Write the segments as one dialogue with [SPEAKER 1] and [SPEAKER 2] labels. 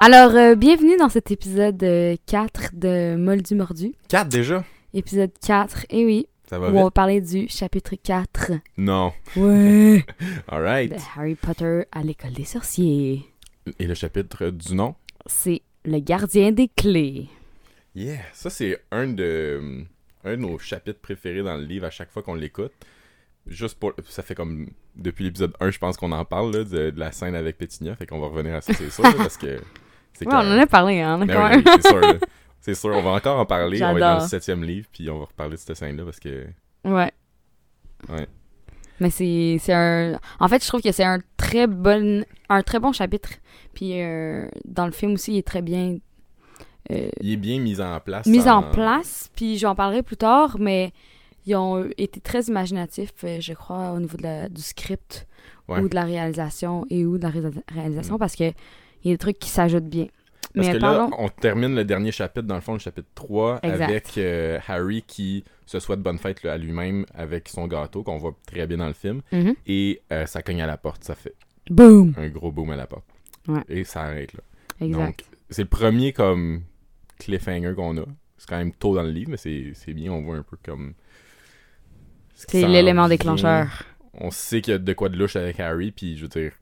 [SPEAKER 1] Alors, euh, bienvenue dans cet épisode euh, 4 de Moldu Mordu.
[SPEAKER 2] 4 déjà?
[SPEAKER 1] Épisode 4, et oui,
[SPEAKER 2] Ça
[SPEAKER 1] où
[SPEAKER 2] va
[SPEAKER 1] on
[SPEAKER 2] vite?
[SPEAKER 1] va parler du chapitre 4.
[SPEAKER 2] Non.
[SPEAKER 1] Ouais.
[SPEAKER 2] All right.
[SPEAKER 1] de Harry Potter à l'école des sorciers.
[SPEAKER 2] Et le chapitre du nom?
[SPEAKER 1] C'est le gardien des clés.
[SPEAKER 2] Yeah. Ça, c'est un de, euh, un de nos chapitres préférés dans le livre à chaque fois qu'on l'écoute. Juste pour. Ça fait comme. Depuis l'épisode 1, je pense qu'on en parle, là, de, de la scène avec Pétigna. Fait qu'on va revenir à ça, c'est sûr, là, parce que. C'est
[SPEAKER 1] Ouais, on en a parlé, hein, on a
[SPEAKER 2] Ben
[SPEAKER 1] quand
[SPEAKER 2] oui,
[SPEAKER 1] même.
[SPEAKER 2] oui, c'est sûr. là. C'est sûr, on va encore en parler. On va être dans
[SPEAKER 1] J'adore.
[SPEAKER 2] le septième livre, puis on va reparler de cette scène-là parce que.
[SPEAKER 1] Ouais.
[SPEAKER 2] Ouais.
[SPEAKER 1] Mais c'est c'est un... En fait, je trouve que c'est un très bon un très bon chapitre. Puis euh, dans le film aussi, il est très bien euh,
[SPEAKER 2] Il est bien mis en place.
[SPEAKER 1] mise en place, puis j'en parlerai plus tard, mais ils ont été très imaginatifs, euh, je crois, au niveau de la- du script
[SPEAKER 2] Ouais. Mm.
[SPEAKER 1] ou de la réalisation et ou de la ré- réalisation parce que il y a des trucs qui s'ajoutent bien.
[SPEAKER 2] Parce
[SPEAKER 1] mais
[SPEAKER 2] que
[SPEAKER 1] parlons.
[SPEAKER 2] là, on termine le dernier chapitre, dans le fond, le chapitre 3,
[SPEAKER 1] Exact.
[SPEAKER 2] avec euh, Harry qui se souhaite bonne fête là, à lui-même avec son gâteau, qu'on voit très bien dans le film.
[SPEAKER 1] Mhm.
[SPEAKER 2] Et euh, ça cogne à la porte, ça fait
[SPEAKER 1] Boom!
[SPEAKER 2] un gros boom à la porte.
[SPEAKER 1] Ouais.
[SPEAKER 2] Et ça arrête là.
[SPEAKER 1] Exact.
[SPEAKER 2] Donc, c'est le premier comme cliffhanger qu'on a. C'est quand même tôt dans le livre, mais c'est c'est bien, on voit un peu comme. ce qui
[SPEAKER 1] C'est
[SPEAKER 2] s'en
[SPEAKER 1] l'élément
[SPEAKER 2] vient.
[SPEAKER 1] déclencheur.
[SPEAKER 2] On sait qu'il y a de quoi de louche avec Harry, puis je veux dire.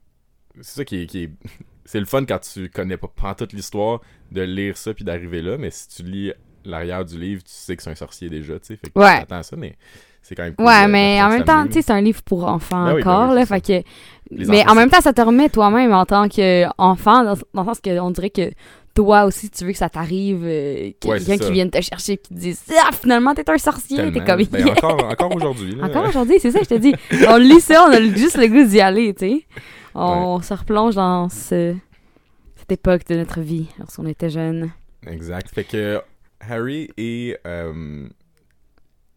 [SPEAKER 2] C'est ça qui est. qui est- c'est le fun quand tu connais pas, pas toute l'histoire de lire ça puis d'arriver là, mais si tu lis l'arrière du livre, tu sais que c'est un sorcier déjà, tu sais. Fait que
[SPEAKER 1] Ouais.
[SPEAKER 2] t'attends ça, mais c'est quand même cool euh,
[SPEAKER 1] Ouais,
[SPEAKER 2] de-
[SPEAKER 1] mais
[SPEAKER 2] de
[SPEAKER 1] en même temps, tu
[SPEAKER 2] s'amener.
[SPEAKER 1] sais, c'est un livre pour enfants
[SPEAKER 2] Ben oui, ben
[SPEAKER 1] encore,
[SPEAKER 2] oui,
[SPEAKER 1] là,
[SPEAKER 2] c'est
[SPEAKER 1] fait que...
[SPEAKER 2] Les
[SPEAKER 1] Mais
[SPEAKER 2] enfants,
[SPEAKER 1] en même
[SPEAKER 2] c'est-
[SPEAKER 1] temps, ça te remet toi-même en tant qu'enfant, dans, dans le sens qu'on dirait que toi aussi, tu veux que ça t'arrive, euh, qu'il y a
[SPEAKER 2] Ouais, c'est
[SPEAKER 1] quelqu'un
[SPEAKER 2] ça.
[SPEAKER 1] qui vienne te chercher et qui te dise « Ah, finalement, t'es un sorcier! » T'es
[SPEAKER 2] Tellement.
[SPEAKER 1] comme
[SPEAKER 2] Ben,
[SPEAKER 1] Yeah!
[SPEAKER 2] encore, encore aujourd'hui. là.
[SPEAKER 1] Encore aujourd'hui, c'est ça, je te dis. On lit ça, on a le- juste le goût d'y aller, tu sais. On se replonge dans ce- cette époque de notre vie, lorsqu'on était jeune.
[SPEAKER 2] Exact. Fait que euh, Harry est. euh,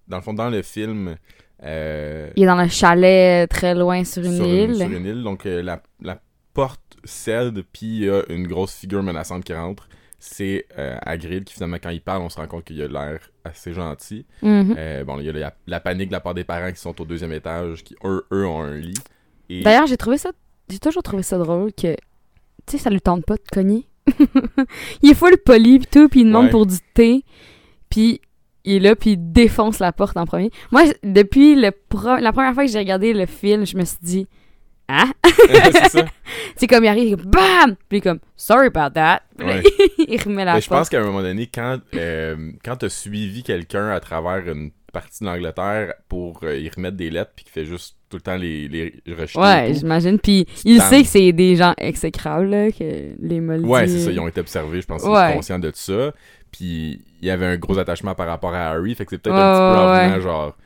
[SPEAKER 2] dans le fond, dans le film. euh,
[SPEAKER 1] Il est dans le chalet euh, très loin sur une
[SPEAKER 2] sur
[SPEAKER 1] île.
[SPEAKER 2] sur une île. Donc, euh, la, la porte cède, puis il y a une grosse figure menaçante qui rentre. C'est euh, Hagrid qui, finalement, quand il parle, on se rend compte qu'il a l'air assez gentil.
[SPEAKER 1] Mhm.
[SPEAKER 2] Euh, bon, il y a la, la panique de la part des parents qui sont au deuxième étage, qui, eux, eux ont un lit. Et...
[SPEAKER 1] D'ailleurs, j'ai trouvé ça. J'ai toujours trouvé ça drôle que. Tu sais, ça lui tente pas de cogner. il est full poli pis tout, pis il demande
[SPEAKER 2] Ouais.
[SPEAKER 1] pour du thé. Pis il est là, pis il défonce la porte en premier. Moi, je- depuis le pro- la première fois que j'ai regardé le film, je me suis dit. Hein?
[SPEAKER 2] C'est ça.
[SPEAKER 1] C'est comme il arrive, il est comme, BAM! Puis il est comme Sorry about that. Puis là,
[SPEAKER 2] Ouais.
[SPEAKER 1] il remet la
[SPEAKER 2] Mais je pense
[SPEAKER 1] porte.
[SPEAKER 2] qu'à un moment donné, quand, euh, quand tu as suivi quelqu'un à travers une partie de l'Angleterre pour euh, y remettre des lettres, puis qui fait juste tout le temps les, les rejeter.
[SPEAKER 1] Ouais,
[SPEAKER 2] et tout.
[SPEAKER 1] j'imagine. Puis il
[SPEAKER 2] Stan.
[SPEAKER 1] sait que c'est des gens exécrables, là, que les moldus.
[SPEAKER 2] Ouais, c'est ça, ils ont été observés, je pense, qu'ils
[SPEAKER 1] Ouais.
[SPEAKER 2] sont conscients de ça. Puis il y avait un gros attachement par rapport à Harry, fait que c'est peut-être
[SPEAKER 1] Ouais,
[SPEAKER 2] un petit peu
[SPEAKER 1] ouais,
[SPEAKER 2] avenant, genre,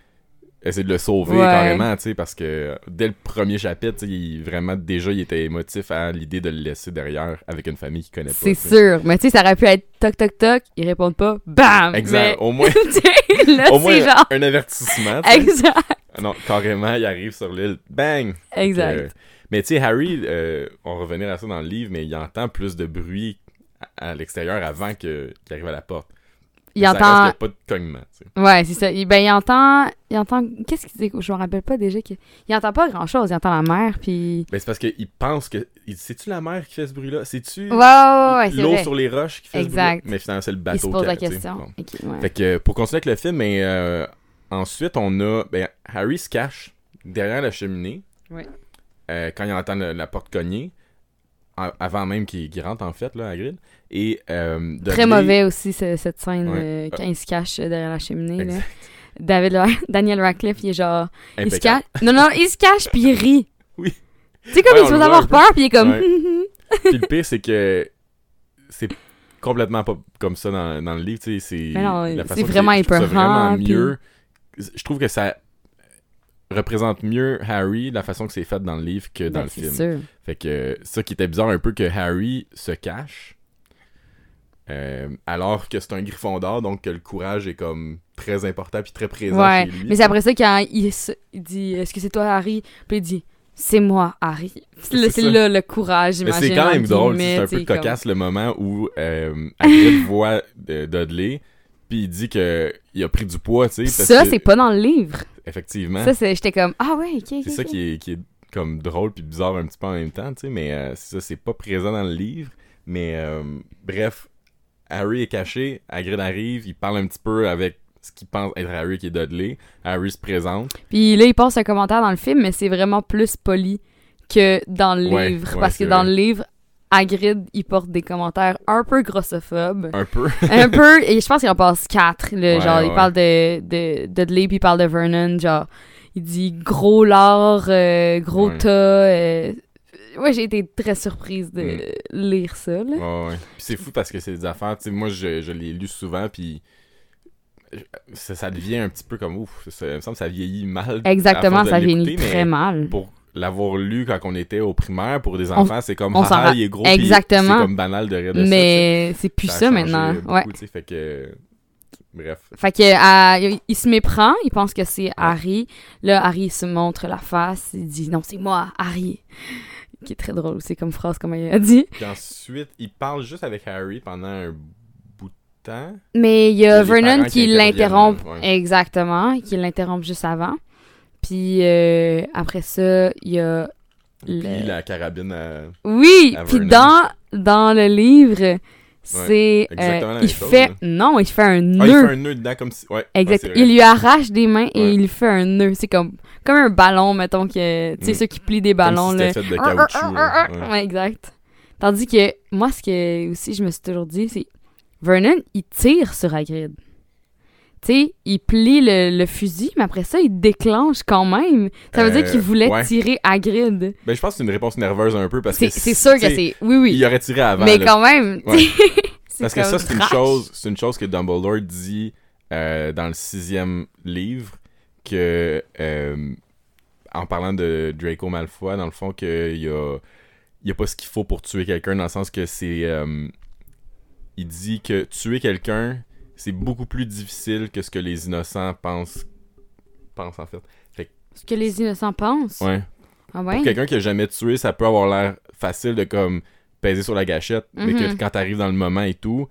[SPEAKER 2] essayer de le sauver
[SPEAKER 1] Ouais.
[SPEAKER 2] carrément, tu sais, parce que dès le premier chapitre, tu sais, il- vraiment, déjà, il était émotif à l'idée de le laisser derrière avec une famille qu'il connaît pas.
[SPEAKER 1] C'est
[SPEAKER 2] tu sais.
[SPEAKER 1] sûr. Mais tu sais, ça aurait pu être toc toc toc, ils répondent pas, BAM!
[SPEAKER 2] Exact,
[SPEAKER 1] Mais-
[SPEAKER 2] au moins,
[SPEAKER 1] Tu sais, là,
[SPEAKER 2] au moins
[SPEAKER 1] c'est genre.
[SPEAKER 2] un avertissement. tu sais. Ah
[SPEAKER 1] Exact.
[SPEAKER 2] Non, carrément, il arrive sur l'île, bang!
[SPEAKER 1] Exact.
[SPEAKER 2] Euh, mais tu sais, Harry, euh, on revenait à ça dans le livre, mais il entend plus de bruit à, à l'extérieur avant que- qu'il arrive à la porte.
[SPEAKER 1] il
[SPEAKER 2] Mais ça reste
[SPEAKER 1] entend.
[SPEAKER 2] qu'il y a pas de cognement, tu sais.
[SPEAKER 1] Ouais, c'est ça. Il, ben, il entend. Il entend. Qu'est-ce qu'il dit Je me rappelle pas déjà. que- Il entend pas grand-chose. Il entend la mer, puis.
[SPEAKER 2] Ben, c'est parce qu'il pense que. il- C'est-tu la mer qui fait ce bruit-là C'est-tu
[SPEAKER 1] Ouais, ouais, ouais, ouais, c'est
[SPEAKER 2] Hmm. l'eau
[SPEAKER 1] vrai.
[SPEAKER 2] sur les roches qui fait ce
[SPEAKER 1] Exact.
[SPEAKER 2] bruit Mais finalement, c'est le
[SPEAKER 1] Il se
[SPEAKER 2] bateau
[SPEAKER 1] pose la
[SPEAKER 2] qui a- tu sais.
[SPEAKER 1] question.
[SPEAKER 2] Bon.
[SPEAKER 1] Ok, ouais.
[SPEAKER 2] Fait que pour continuer avec le film, mais, euh, ensuite, on a. Ben, Harry se cache derrière la cheminée.
[SPEAKER 1] Ouais.
[SPEAKER 2] Euh, quand il entend le- la porte cogner. en- Avant même qu'il qu'il rentre, en fait, là, à Grid. Et. euh,
[SPEAKER 1] Très
[SPEAKER 2] Dudley-
[SPEAKER 1] mauvais aussi, ce- cette scène
[SPEAKER 2] Ouais.
[SPEAKER 1] euh, quand il se cache euh, derrière la cheminée. Là.
[SPEAKER 2] Exact.
[SPEAKER 1] David Ra- Daniel Radcliffe, il est genre. Il se
[SPEAKER 2] Impeccable.
[SPEAKER 1] cache. Non, non, il se cache puis il rit.
[SPEAKER 2] Oui.
[SPEAKER 1] Tu sais, comme
[SPEAKER 2] Ouais,
[SPEAKER 1] il
[SPEAKER 2] on
[SPEAKER 1] se fait
[SPEAKER 2] le voit
[SPEAKER 1] avoir
[SPEAKER 2] un peu.
[SPEAKER 1] peur puis il est comme.
[SPEAKER 2] Ouais. Puis le pire, c'est que c'est complètement pas comme ça dans, dans le livre. tu sais, C'est
[SPEAKER 1] Mais non,
[SPEAKER 2] la
[SPEAKER 1] c'est
[SPEAKER 2] façon que-
[SPEAKER 1] vraiment
[SPEAKER 2] je trouve ça
[SPEAKER 1] épeurant,
[SPEAKER 2] vraiment mieux. Je trouve que ça représente mieux Harry, la façon que c'est fait dans le livre que dans
[SPEAKER 1] Ben,
[SPEAKER 2] le
[SPEAKER 1] c'est
[SPEAKER 2] film.
[SPEAKER 1] sûr.
[SPEAKER 2] Fait que ça qui était bizarre un peu que Harry se cache. euh, alors que c'est un griffon d'or, donc que le courage est comme très important puis très présent
[SPEAKER 1] Ouais,
[SPEAKER 2] chez lui.
[SPEAKER 1] mais c'est après ça quand il, se- il dit Est-ce que c'est toi, Harry Puis il dit C'est moi, Harry. Puis là,
[SPEAKER 2] C'est
[SPEAKER 1] C'est
[SPEAKER 2] ça.
[SPEAKER 1] là le courage,
[SPEAKER 2] Mais
[SPEAKER 1] j'imagine.
[SPEAKER 2] c'est quand même
[SPEAKER 1] entre
[SPEAKER 2] drôle, c'est
[SPEAKER 1] guillemets,
[SPEAKER 2] un
[SPEAKER 1] tu
[SPEAKER 2] peu
[SPEAKER 1] sais, comme-
[SPEAKER 2] cocasse le moment où euh, Hagrid voit euh, Dudley, puis il dit que il a pris du poids, tu sais.
[SPEAKER 1] Puis
[SPEAKER 2] parce
[SPEAKER 1] Ça,
[SPEAKER 2] que-
[SPEAKER 1] c'est pas dans le livre.
[SPEAKER 2] Effectivement.
[SPEAKER 1] Ça, c'est- j'étais comme Ah ouais, ok.
[SPEAKER 2] C'est ça qui est, qui est comme drôle puis bizarre un petit peu en même temps, tu sais, mais euh, c'est ça, c'est pas présent dans le livre. Mais euh, bref, Harry est caché, Hagrid arrive, il parle un petit peu avec ce qu'il pense être Harry qui est Dudley. Harry se présente.
[SPEAKER 1] Puis là, il passe un commentaire dans le film, mais c'est vraiment plus poli que dans le
[SPEAKER 2] Ouais,
[SPEAKER 1] livre.
[SPEAKER 2] ouais,
[SPEAKER 1] parce que
[SPEAKER 2] c'est
[SPEAKER 1] dans
[SPEAKER 2] vrai.
[SPEAKER 1] le livre, Hagrid, il porte des commentaires un peu grossophobes.
[SPEAKER 2] Un peu.
[SPEAKER 1] un peu, et je pense qu'il en passe quatre. là,
[SPEAKER 2] Ouais,
[SPEAKER 1] genre, il
[SPEAKER 2] ouais.
[SPEAKER 1] parle de, de, de Dudley, puis il parle de Vernon. Genre, il dit gros lard, euh, gros
[SPEAKER 2] Ouais.
[SPEAKER 1] tas. euh. Ouais, j'ai été très surprise de
[SPEAKER 2] Mm.
[SPEAKER 1] lire ça. Là.
[SPEAKER 2] Ouais, ouais. Puis c'est fou parce que c'est des affaires, tu sais, moi je, je l'ai lu souvent, puis je- ça, ça devient un petit peu comme ouf. Ça, il me semble que ça vieillit mal. à
[SPEAKER 1] Exactement,
[SPEAKER 2] force de
[SPEAKER 1] ça vieillit
[SPEAKER 2] l'écouter, mais
[SPEAKER 1] très mal.
[SPEAKER 2] Pour l'avoir lu quand on était au primaire, pour des enfants, c'est comme
[SPEAKER 1] on
[SPEAKER 2] ah,
[SPEAKER 1] s'en
[SPEAKER 2] ah,
[SPEAKER 1] ra-
[SPEAKER 2] il est gros.
[SPEAKER 1] Exactement.
[SPEAKER 2] Puis c'est comme banal de rire de ça,
[SPEAKER 1] Mais c'est plus
[SPEAKER 2] tu sais.
[SPEAKER 1] ça,
[SPEAKER 2] a changé
[SPEAKER 1] maintenant.
[SPEAKER 2] beaucoup,
[SPEAKER 1] ouais.
[SPEAKER 2] tu sais, fait que. Bref.
[SPEAKER 1] Fait que euh, il se méprend, il pense que c'est Harry. Là, Harry il se montre la face, il dit non, c'est moi, Harry. Qui est très drôle aussi comme phrase, comme il a dit.
[SPEAKER 2] Puis ensuite, il parle juste avec Harry pendant un bout de temps.
[SPEAKER 1] Mais il y a
[SPEAKER 2] Les parents
[SPEAKER 1] Vernon
[SPEAKER 2] qui
[SPEAKER 1] qui
[SPEAKER 2] interviennent,
[SPEAKER 1] l'interrompt,
[SPEAKER 2] là,
[SPEAKER 1] exactement, qui l'interrompt juste avant. Puis euh, après ça, il y a.
[SPEAKER 2] Puis
[SPEAKER 1] Le-
[SPEAKER 2] la carabine à-
[SPEAKER 1] Oui,
[SPEAKER 2] À
[SPEAKER 1] puis
[SPEAKER 2] Vernon.
[SPEAKER 1] dans, dans le livre, c'est.
[SPEAKER 2] exactement
[SPEAKER 1] euh,
[SPEAKER 2] la même
[SPEAKER 1] il
[SPEAKER 2] chose,
[SPEAKER 1] fait.
[SPEAKER 2] là.
[SPEAKER 1] Non, il fait un nœud.
[SPEAKER 2] Ah, il fait un nœud dedans comme si. Ouais. ouais,
[SPEAKER 1] Exact.
[SPEAKER 2] c'est vrai.
[SPEAKER 1] il lui arrache des mains et
[SPEAKER 2] Ouais.
[SPEAKER 1] il lui fait un nœud. C'est comme, comme un ballon, mettons, que, tu sais,
[SPEAKER 2] Mm.
[SPEAKER 1] ceux qui plient des
[SPEAKER 2] Comme
[SPEAKER 1] ballons,
[SPEAKER 2] si
[SPEAKER 1] là.
[SPEAKER 2] c'était fait de
[SPEAKER 1] Ah, ah, ah,
[SPEAKER 2] caoutchouc. là.
[SPEAKER 1] ah,
[SPEAKER 2] Ouais.
[SPEAKER 1] ah. Ouais, exact. Tandis que, moi, ce que aussi je me suis toujours dit, c'est Vernon, il tire sur Hagrid. Tu sais, il plie le, le fusil, mais après ça, il déclenche quand même. Ça veut
[SPEAKER 2] Euh,
[SPEAKER 1] dire qu'il voulait
[SPEAKER 2] ouais.
[SPEAKER 1] tirer Hagrid.
[SPEAKER 2] Ben, je pense que c'est une réponse nerveuse un peu parce que.
[SPEAKER 1] C'est c'est sûr que
[SPEAKER 2] tu sais,
[SPEAKER 1] c'est. Oui, oui.
[SPEAKER 2] Il aurait tiré avant.
[SPEAKER 1] mais
[SPEAKER 2] là.
[SPEAKER 1] quand même. tu
[SPEAKER 2] Ouais.
[SPEAKER 1] sais, c'est
[SPEAKER 2] Parce que
[SPEAKER 1] comme
[SPEAKER 2] ça, c'est une
[SPEAKER 1] trash.
[SPEAKER 2] chose, c'est une chose que Dumbledore dit euh, dans le sixième livre que euh, en parlant de Draco Malfoy, dans le fond, qu'il y a, il y a pas ce qu'il faut pour tuer quelqu'un, dans le sens que c'est euh, il dit que tuer quelqu'un, c'est beaucoup plus difficile que ce que les innocents pensent pensent en fait.
[SPEAKER 1] Ce que les innocents pensent.
[SPEAKER 2] Ouais.
[SPEAKER 1] Ah
[SPEAKER 2] Pour
[SPEAKER 1] ouais.
[SPEAKER 2] quelqu'un qui a jamais tué, ça peut avoir l'air facile de comme peser sur la gâchette, mais
[SPEAKER 1] Mhm.
[SPEAKER 2] que quand t'arrives dans le moment et tout,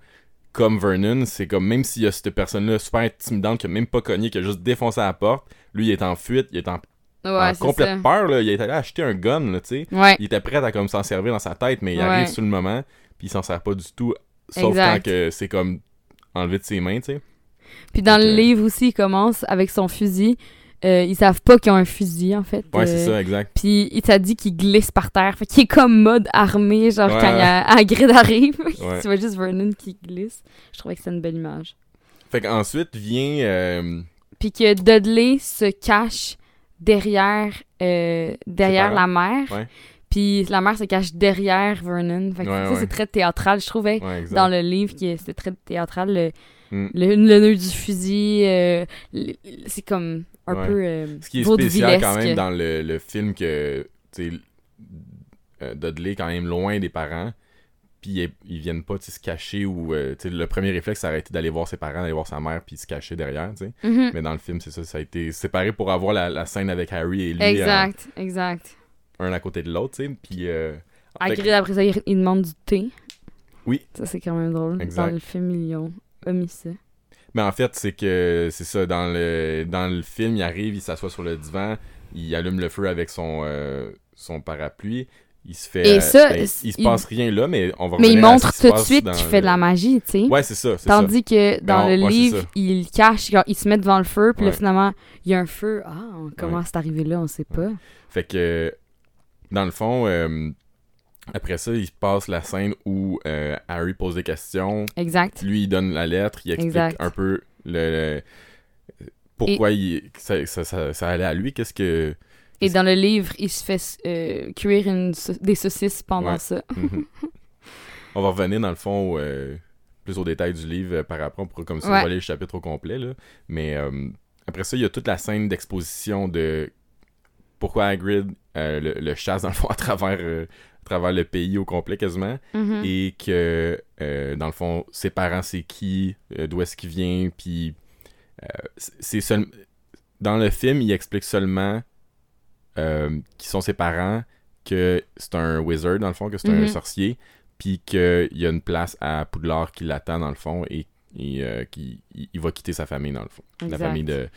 [SPEAKER 2] comme Vernon, c'est comme même s'il y a cette personne-là super intimidante qui a même pas cogné, qui a juste défoncé à la porte, lui il est en fuite, il est en, en
[SPEAKER 1] Ouais, c'est ça.
[SPEAKER 2] complète peur, là, il est allé acheter un gun, là, tu sais.
[SPEAKER 1] Ouais.
[SPEAKER 2] Il était prêt à comme s'en servir dans sa tête, mais il arrive
[SPEAKER 1] Ouais.
[SPEAKER 2] sur le moment, puis il s'en sert pas du tout, sauf
[SPEAKER 1] Exact.
[SPEAKER 2] quand que c'est comme enlevé de ses mains, tu sais.
[SPEAKER 1] Puis dans
[SPEAKER 2] Donc,
[SPEAKER 1] le
[SPEAKER 2] euh,
[SPEAKER 1] livre aussi, il commence avec son fusil. Euh, ils savent pas qu'ils ont un fusil, en fait.
[SPEAKER 2] Ouais,
[SPEAKER 1] Euh,
[SPEAKER 2] c'est ça, exact.
[SPEAKER 1] Puis il t'a dit qu'il glisse par terre. Fait qu'il est comme mode armé, genre
[SPEAKER 2] Ouais,
[SPEAKER 1] quand il y a Hagrid arrive.
[SPEAKER 2] Ouais.
[SPEAKER 1] tu vois juste Vernon qui glisse. Je trouvais que c'était une belle image.
[SPEAKER 2] Fait qu'ensuite vient euh,
[SPEAKER 1] Puis que Dudley se cache derrière, euh, derrière
[SPEAKER 2] Ses
[SPEAKER 1] la
[SPEAKER 2] parents.
[SPEAKER 1] mère.
[SPEAKER 2] Ouais.
[SPEAKER 1] Puis la mère se cache derrière Vernon. Fait que
[SPEAKER 2] Ouais,
[SPEAKER 1] ça,
[SPEAKER 2] ouais.
[SPEAKER 1] c'est très théâtral, je trouvais.
[SPEAKER 2] ouais, exact.
[SPEAKER 1] dans le livre qui est- c'était très théâtral le,
[SPEAKER 2] Mm.
[SPEAKER 1] le, le nœud du fusil euh, le- c'est comme un
[SPEAKER 2] Ouais.
[SPEAKER 1] peu euh,
[SPEAKER 2] Ce qui est spécial
[SPEAKER 1] vaudevillesque.
[SPEAKER 2] quand même dans le, le film que tu sais, euh, Dudley est quand même loin des parents. Puis ils, ils viennent pas tu sais, se cacher ou euh, tu sais, le premier réflexe ça aurait été d'aller voir ses parents, d'aller voir sa mère puis se cacher derrière, tu sais.
[SPEAKER 1] Mhm.
[SPEAKER 2] Mais dans le film, c'est ça, ça a été séparé pour avoir la, la scène avec Harry et lui euh,
[SPEAKER 1] exact exact
[SPEAKER 2] un à côté de l'autre, tu sais. Puis euh, fait que-
[SPEAKER 1] Hagrid après ça il, il demande du thé
[SPEAKER 2] Oui.
[SPEAKER 1] ça c'est quand même drôle
[SPEAKER 2] Exact.
[SPEAKER 1] dans le film ils ont omis ça
[SPEAKER 2] Mais en fait, c'est que c'est ça, dans le dans le film, il arrive, il s'assoit sur le divan, il allume le feu avec son, euh, son parapluie. Il se fait.
[SPEAKER 1] Et ça,
[SPEAKER 2] ben,
[SPEAKER 1] c'est-
[SPEAKER 2] il se
[SPEAKER 1] il-
[SPEAKER 2] passe rien là, mais on va
[SPEAKER 1] mais il
[SPEAKER 2] revenir à
[SPEAKER 1] montre
[SPEAKER 2] ce qui se
[SPEAKER 1] tout de
[SPEAKER 2] passe
[SPEAKER 1] suite
[SPEAKER 2] dans
[SPEAKER 1] qu'il fait de la
[SPEAKER 2] le-
[SPEAKER 1] magie tu sais
[SPEAKER 2] Ouais, c'est ça, c'est ça. Ben
[SPEAKER 1] Tandis que dans
[SPEAKER 2] on-
[SPEAKER 1] le
[SPEAKER 2] ouais, c'est
[SPEAKER 1] livre,
[SPEAKER 2] ça.
[SPEAKER 1] il cache, genre, il se met devant le feu, puis là,
[SPEAKER 2] Ouais.
[SPEAKER 1] finalement, il y a un feu. Ah, comment c'est arrivé là, on sait pas.
[SPEAKER 2] Fait que, dans le fond, euh, après ça, il se passe la scène où euh, Harry pose des questions.
[SPEAKER 1] Exact.
[SPEAKER 2] Lui, il donne la lettre, il explique
[SPEAKER 1] Exact.
[SPEAKER 2] un peu le. le- pourquoi il, ça, ça- ça- ça allait à lui, qu'est-ce que.
[SPEAKER 1] Et dans le livre, il se fait euh, cuire une sau- des saucisses pendant
[SPEAKER 2] Ouais.
[SPEAKER 1] ça.
[SPEAKER 2] Mhm. on va revenir dans le fond au, euh, plus au détail du livre euh, par après, on pourra comme ça
[SPEAKER 1] Ouais.
[SPEAKER 2] voler le chapitre au complet. Là. Mais euh, après ça, il y a toute la scène d'exposition de pourquoi Hagrid euh, le, le chasse dans le fond à travers, euh, à travers le pays au complet quasiment.
[SPEAKER 1] Mhm.
[SPEAKER 2] Et que euh, dans le fond, ses parents c'est qui, euh, d'où est-ce qu'il vient, puis euh, c'est- c'est seul... Dans le film, il explique seulement euh, qui sont ses parents, que c'est un wizard, dans le fond, que c'est
[SPEAKER 1] Mhm.
[SPEAKER 2] un sorcier, puis qu'il y a une place à Poudlard qui l'attend, dans le fond, et, et, euh, qu'il il- il va quitter sa famille, dans le fond.
[SPEAKER 1] Exact.
[SPEAKER 2] La famille de,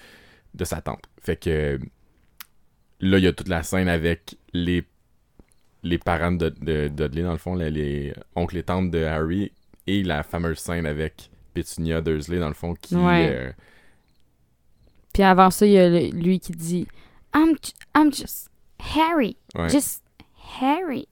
[SPEAKER 2] de sa tante. Fait que là, il y a toute la scène avec les les parents de, de, de Dudley, dans le fond, les, les oncles et tantes de Harry, et la fameuse scène avec Petunia Dursley, dans le fond, qui...
[SPEAKER 1] Ouais.
[SPEAKER 2] euh,
[SPEAKER 1] Puis avant ça, il y a le- lui qui dit I'm, ju- I'm just Harry.
[SPEAKER 2] ouais.
[SPEAKER 1] Just Harry.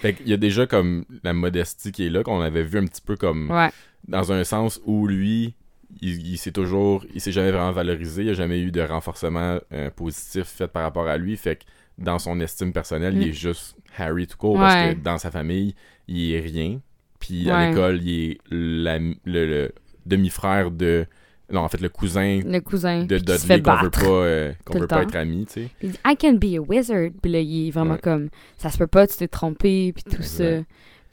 [SPEAKER 2] Fait qu'il y a déjà comme la modestie qui est là, qu'on avait vu un petit peu comme...
[SPEAKER 1] Ouais.
[SPEAKER 2] dans un sens où lui, il, il s'est toujours, il s'est jamais vraiment valorisé, il n'y a jamais eu de renforcement euh, positif fait par rapport à lui, fait que dans son estime personnelle,
[SPEAKER 1] Mm.
[SPEAKER 2] il est juste Harry tout court, parce
[SPEAKER 1] Ouais.
[SPEAKER 2] que dans sa famille, il est rien, puis à
[SPEAKER 1] Ouais.
[SPEAKER 2] l'école, il est la- le, le demi-frère de, non en fait le cousin
[SPEAKER 1] Le cousin.
[SPEAKER 2] de
[SPEAKER 1] Mm. puis qui se fait
[SPEAKER 2] Dudley qu'on veut
[SPEAKER 1] battre.
[SPEAKER 2] pas, euh, qu'on
[SPEAKER 1] tout
[SPEAKER 2] veut
[SPEAKER 1] le
[SPEAKER 2] pas
[SPEAKER 1] temps.
[SPEAKER 2] être ami, tu sais.
[SPEAKER 1] Il dit I can be a wizard. Puis là, il est vraiment
[SPEAKER 2] Ouais.
[SPEAKER 1] comme ça se peut pas, tu t'es trompé, puis tout
[SPEAKER 2] Exact.
[SPEAKER 1] ça.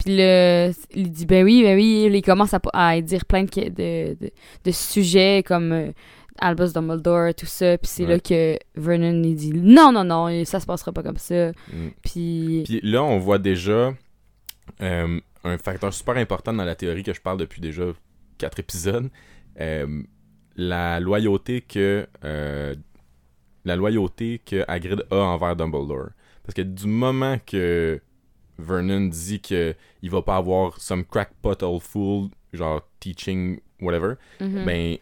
[SPEAKER 1] Puis le, il dit ben oui, ben oui. Il commence à, à dire plein de, de, de, de sujets comme euh, Albus Dumbledore, tout ça. Puis c'est
[SPEAKER 2] Ouais.
[SPEAKER 1] là que Vernon il dit non, non, non, ça se passera pas comme ça.
[SPEAKER 2] Mm.
[SPEAKER 1] Puis
[SPEAKER 2] Puis là, on voit déjà euh, un facteur super important dans la théorie que je parle depuis déjà quatre épisodes. Euh, la loyauté que euh, la loyauté que Hagrid a envers Dumbledore. Parce que du moment que Vernon dit que il va pas avoir some crackpot old fool genre teaching whatever,
[SPEAKER 1] mhm.
[SPEAKER 2] ben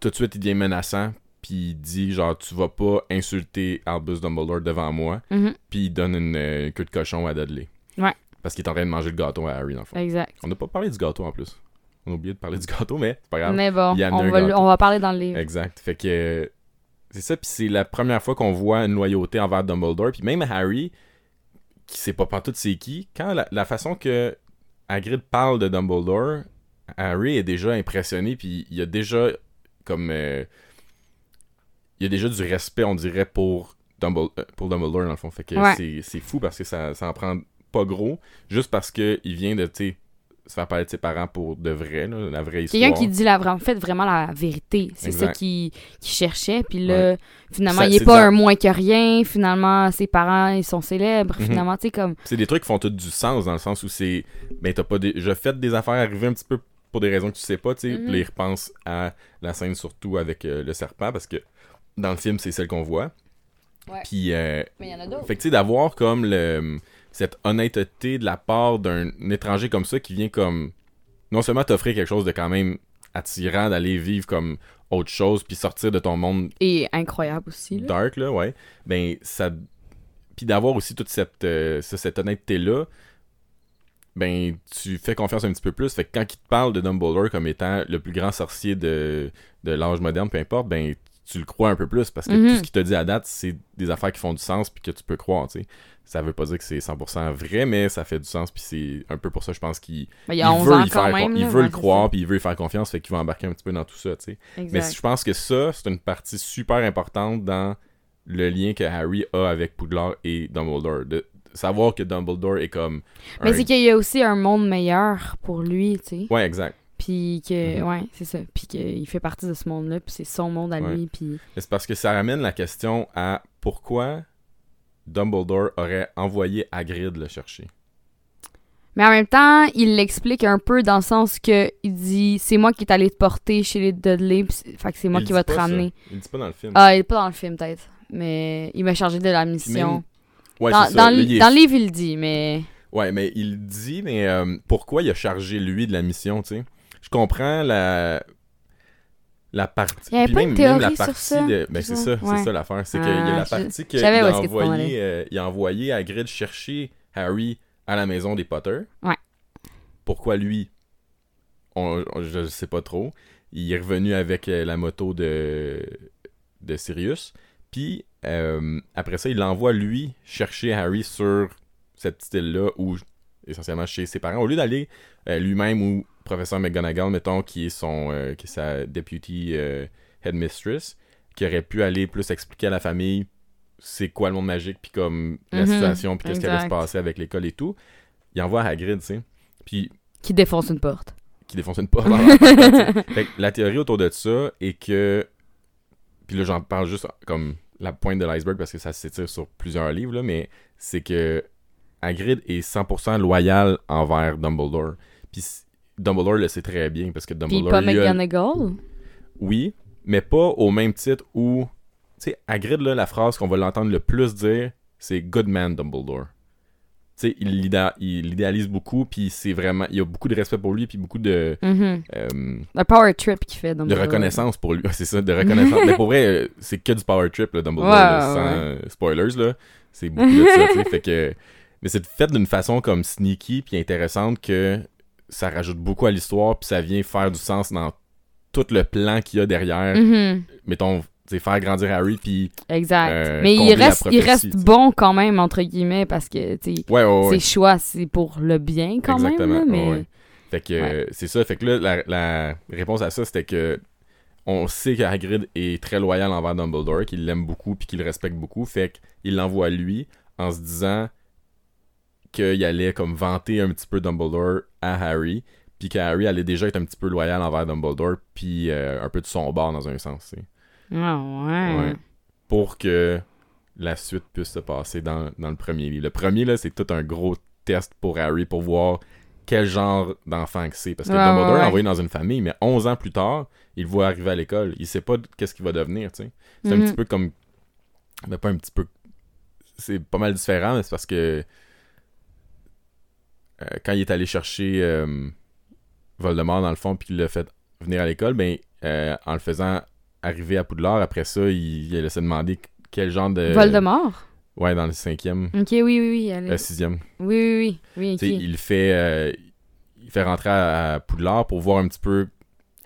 [SPEAKER 2] tout de suite il devient menaçant puis il dit genre tu vas pas insulter Albus Dumbledore devant moi
[SPEAKER 1] Mhm.
[SPEAKER 2] puis il donne une euh, queue de cochon à Dudley.
[SPEAKER 1] Ouais.
[SPEAKER 2] Parce qu'il est en train de manger le gâteau à Harry, dans le fond.
[SPEAKER 1] exact.
[SPEAKER 2] On n'a pas parlé du gâteau en plus. On a oublié de parler du gâteau, mais c'est pas grave.
[SPEAKER 1] Mais bon,
[SPEAKER 2] il y en a
[SPEAKER 1] on
[SPEAKER 2] un
[SPEAKER 1] va, le-
[SPEAKER 2] gâteau.
[SPEAKER 1] on va parler dans le livre.
[SPEAKER 2] Exact. Fait que euh, c'est ça, puis c'est la première fois qu'on voit une loyauté envers Dumbledore, puis même Harry, qui sait pas partout c'est qui, quand la, la façon que Hagrid parle de Dumbledore, Harry est déjà impressionné, puis il y a déjà comme euh, il y a déjà du respect, on dirait pour Dumbledore, euh, pour Dumbledore dans le fond. Fait que
[SPEAKER 1] Ouais.
[SPEAKER 2] c'est- c'est fou parce que ça, ça en prend pas gros, juste parce que il vient de, tu sais, se faire parler de ses parents pour de vrai, là, la vraie histoire.
[SPEAKER 1] Quelqu'un qui dit la, vra- en fait vraiment la vérité. C'est ça
[SPEAKER 2] Exact.
[SPEAKER 1] qu'il qu'il cherchait. Puis là, finalement,
[SPEAKER 2] Ça,
[SPEAKER 1] il est
[SPEAKER 2] c'est
[SPEAKER 1] pas
[SPEAKER 2] dans-
[SPEAKER 1] un moins que rien. Finalement, ses parents, ils sont célèbres.
[SPEAKER 2] Mhm.
[SPEAKER 1] Finalement, tu sais, comme.
[SPEAKER 2] C'est des trucs qui font tout du sens dans le sens où c'est. Ben, t'as pas. Des... Je fais des affaires arriver un petit peu pour des raisons que tu sais pas, tu sais.
[SPEAKER 1] Mhm.
[SPEAKER 2] Puis là, ils repensent à la scène surtout avec euh, le serpent parce que dans le film, c'est celle qu'on voit.
[SPEAKER 1] Ouais.
[SPEAKER 2] Puis. euh,
[SPEAKER 1] Mais il y en a
[SPEAKER 2] Fait que tu sais, d'avoir comme le, cette honnêteté de la part d'un étranger comme ça qui vient comme. Non seulement t'offrir quelque chose de quand même attirant d'aller vivre comme autre chose puis sortir de ton monde
[SPEAKER 1] Et incroyable aussi. là.
[SPEAKER 2] dark là ouais ben ça puis d'avoir aussi toute cette euh, ça, cette honnêteté là ben tu fais confiance un petit peu plus fait que quand il te parle de Dumbledore comme étant le plus grand sorcier de, de l'âge moderne peu importe ben tu le crois un peu plus parce que
[SPEAKER 1] Mhm.
[SPEAKER 2] tout ce qu'il te dit à date c'est des affaires qui font du sens puis que tu peux croire tu sais ça veut pas dire que c'est 100% vrai mais ça fait du sens puis c'est un peu pour ça je pense qu'il
[SPEAKER 1] Mais Ben, il y
[SPEAKER 2] il
[SPEAKER 1] a 11
[SPEAKER 2] veut
[SPEAKER 1] ans
[SPEAKER 2] y
[SPEAKER 1] quand
[SPEAKER 2] faire
[SPEAKER 1] même.
[SPEAKER 2] con- il
[SPEAKER 1] là.
[SPEAKER 2] veut
[SPEAKER 1] Ouais,
[SPEAKER 2] le
[SPEAKER 1] c'est
[SPEAKER 2] croire puis il veut y faire confiance fait qu'il va embarquer un petit peu dans tout ça tu sais
[SPEAKER 1] ça.
[SPEAKER 2] mais
[SPEAKER 1] Exact.
[SPEAKER 2] je pense que ça, c'est une partie super importante dans le lien que Harry a avec Poudlard et Dumbledore. De savoir que Dumbledore est comme.
[SPEAKER 1] Mais
[SPEAKER 2] un-
[SPEAKER 1] c'est qu'il y a aussi un monde meilleur pour lui, tu sais.
[SPEAKER 2] Ouais, exact.
[SPEAKER 1] Puis que,
[SPEAKER 2] Mhm.
[SPEAKER 1] ouais, c'est ça. Puis qu'il fait partie de ce monde-là. Puis c'est son monde à
[SPEAKER 2] Ouais.
[SPEAKER 1] lui. Puis.
[SPEAKER 2] Mais C'est parce que ça ramène la question à pourquoi Dumbledore aurait envoyé Hagrid le chercher.
[SPEAKER 1] Mais en même temps, il l'explique un peu dans le sens que il dit c'est moi qui est allé te porter chez les Dudley, pis c'est- fait que c'est moi
[SPEAKER 2] Il
[SPEAKER 1] qui
[SPEAKER 2] dit
[SPEAKER 1] va te
[SPEAKER 2] pas ça.
[SPEAKER 1] ramener.
[SPEAKER 2] Il dit pas dans le film.
[SPEAKER 1] Ah, il est pas dans le film peut-être, mais il m'a chargé de la mission.
[SPEAKER 2] ouais,
[SPEAKER 1] dans
[SPEAKER 2] c'est ça.
[SPEAKER 1] dans
[SPEAKER 2] Là,
[SPEAKER 1] le-
[SPEAKER 2] il est-
[SPEAKER 1] dans le livre, il le dit, mais
[SPEAKER 2] Ouais, mais il dit, mais euh, pourquoi il a chargé lui de la mission, tu sais? Je comprends la. La partie.
[SPEAKER 1] Il y avait
[SPEAKER 2] puis
[SPEAKER 1] pas
[SPEAKER 2] même,
[SPEAKER 1] une
[SPEAKER 2] même la
[SPEAKER 1] théorie sur
[SPEAKER 2] partie
[SPEAKER 1] ça,
[SPEAKER 2] de- Ben, c'est
[SPEAKER 1] genre?
[SPEAKER 2] ça,
[SPEAKER 1] Ouais.
[SPEAKER 2] c'est ça l'affaire. C'est
[SPEAKER 1] Ah,
[SPEAKER 2] qu'il y a la
[SPEAKER 1] je-
[SPEAKER 2] partie
[SPEAKER 1] je
[SPEAKER 2] qu'il
[SPEAKER 1] savais où
[SPEAKER 2] a,
[SPEAKER 1] est-ce que tu t'en
[SPEAKER 2] envoyé, euh, il a envoyé Hagrid chercher Harry à la maison des Potter.
[SPEAKER 1] Ouais.
[SPEAKER 2] Pourquoi lui On- on- Je sais pas trop. Il est revenu avec euh, la moto de, de Sirius. Puis euh, après ça, il l'envoie lui chercher Harry sur cette petite île-là ou essentiellement chez ses parents. Au lieu d'aller euh, lui-même ou professeur McGonagall, mettons, qui est son euh, qui est sa deputy euh, headmistress, qui aurait pu aller plus expliquer à la famille c'est quoi le monde magique, puis comme la
[SPEAKER 1] Mhm,
[SPEAKER 2] situation, puis qu'est-ce qui allait se
[SPEAKER 1] exact.
[SPEAKER 2] passer avec l'école et tout. Il envoie à Hagrid, tu sais. Puis
[SPEAKER 1] qui défonce une porte.
[SPEAKER 2] qui défonce une porte. dans leur appartement, tu sais. Fait que la théorie autour de ça est que. Puis là, j'en parle juste comme la pointe de l'iceberg parce que ça s'étire sur plusieurs livres, là, mais c'est que Hagrid est 100% loyal envers Dumbledore. Puis c- Dumbledore le sait très bien parce que
[SPEAKER 1] Puis
[SPEAKER 2] Dumbledore.
[SPEAKER 1] pas
[SPEAKER 2] lui a-
[SPEAKER 1] McGonagall.
[SPEAKER 2] oui, mais pas au même titre où. Tu sais, Hagrid, là, la phrase qu'on va l'entendre le plus dire, c'est Goodman Dumbledore. Tu sais, il l'ida- il l'idéalise beaucoup, puis c'est vraiment. Il y a beaucoup de respect pour lui, puis beaucoup de.
[SPEAKER 1] Mhm.
[SPEAKER 2] euh,
[SPEAKER 1] Le power trip qu'il fait.
[SPEAKER 2] de
[SPEAKER 1] Dumbledore.
[SPEAKER 2] reconnaissance pour lui. Ouais, c'est ça, de reconnaissance. Mais pour vrai, euh, c'est que du power trip, là, Dumbledore,
[SPEAKER 1] Ouais,
[SPEAKER 2] là, sans euh, spoilers, là. C'est beaucoup de ça, tu sais, fait que... Mais c'est fait d'une façon comme sneaky puis intéressante que ça rajoute beaucoup à l'histoire puis ça vient faire du sens dans tout le plan qu'il y a derrière.
[SPEAKER 1] Mhm.
[SPEAKER 2] Mettons, tu sais, faire grandir Harry puis...
[SPEAKER 1] Exact.
[SPEAKER 2] Euh,
[SPEAKER 1] Mais il
[SPEAKER 2] combler la
[SPEAKER 1] reste, il
[SPEAKER 2] prophétie,
[SPEAKER 1] reste
[SPEAKER 2] tu sais.
[SPEAKER 1] bon quand même, entre guillemets, parce que, tu sais,
[SPEAKER 2] Ouais, ouais, ouais.
[SPEAKER 1] ses choix, c'est pour le bien quand
[SPEAKER 2] Exactement,
[SPEAKER 1] même. là, mais...
[SPEAKER 2] ouais, ouais. Fait que
[SPEAKER 1] Ouais.
[SPEAKER 2] euh, c'est ça. Fait que là, la, la réponse à ça, c'était que on sait que Hagrid est très loyal envers Dumbledore, qu'il l'aime beaucoup puis qu'il le respecte beaucoup. Fait qu'il l'envoie à lui en se disant qu'il allait comme vanter un petit peu Dumbledore à Harry, puis que Harry allait déjà être un petit peu loyal envers Dumbledore, puis euh, un peu de son bord dans un sens. tu sais.
[SPEAKER 1] Ah ouais.
[SPEAKER 2] Ouais. Pour que la suite puisse se passer dans, dans le premier livre. Le premier, là, c'est tout un gros test pour Harry pour voir quel genre d'enfant que c'est. Parce que
[SPEAKER 1] Ouais,
[SPEAKER 2] Dumbledore
[SPEAKER 1] ouais, ouais.
[SPEAKER 2] l'a envoyé dans une famille, mais 11 ans plus tard, il le voit arriver à l'école. Il sait pas de- qu'est-ce qu'il va devenir, tu sais. C'est un
[SPEAKER 1] Mhm.
[SPEAKER 2] petit peu comme... Mais pas un petit peu... C'est pas mal différent, mais c'est parce que... euh, quand il est allé chercher euh, Voldemort, dans le fond, puis qu'il l'a fait venir à l'école, ben, euh, en le faisant arriver à Poudlard, après ça, il, il a laissé demander quel genre de...
[SPEAKER 1] Voldemort.
[SPEAKER 2] Ouais, dans le cinquième,
[SPEAKER 1] Ok, oui, oui, oui. allez.
[SPEAKER 2] le sixième.
[SPEAKER 1] Oui, oui, oui. oui
[SPEAKER 2] Tu sais,
[SPEAKER 1] ok.
[SPEAKER 2] il fait... euh, il fait rentrer à, à Poudlard pour voir un petit peu...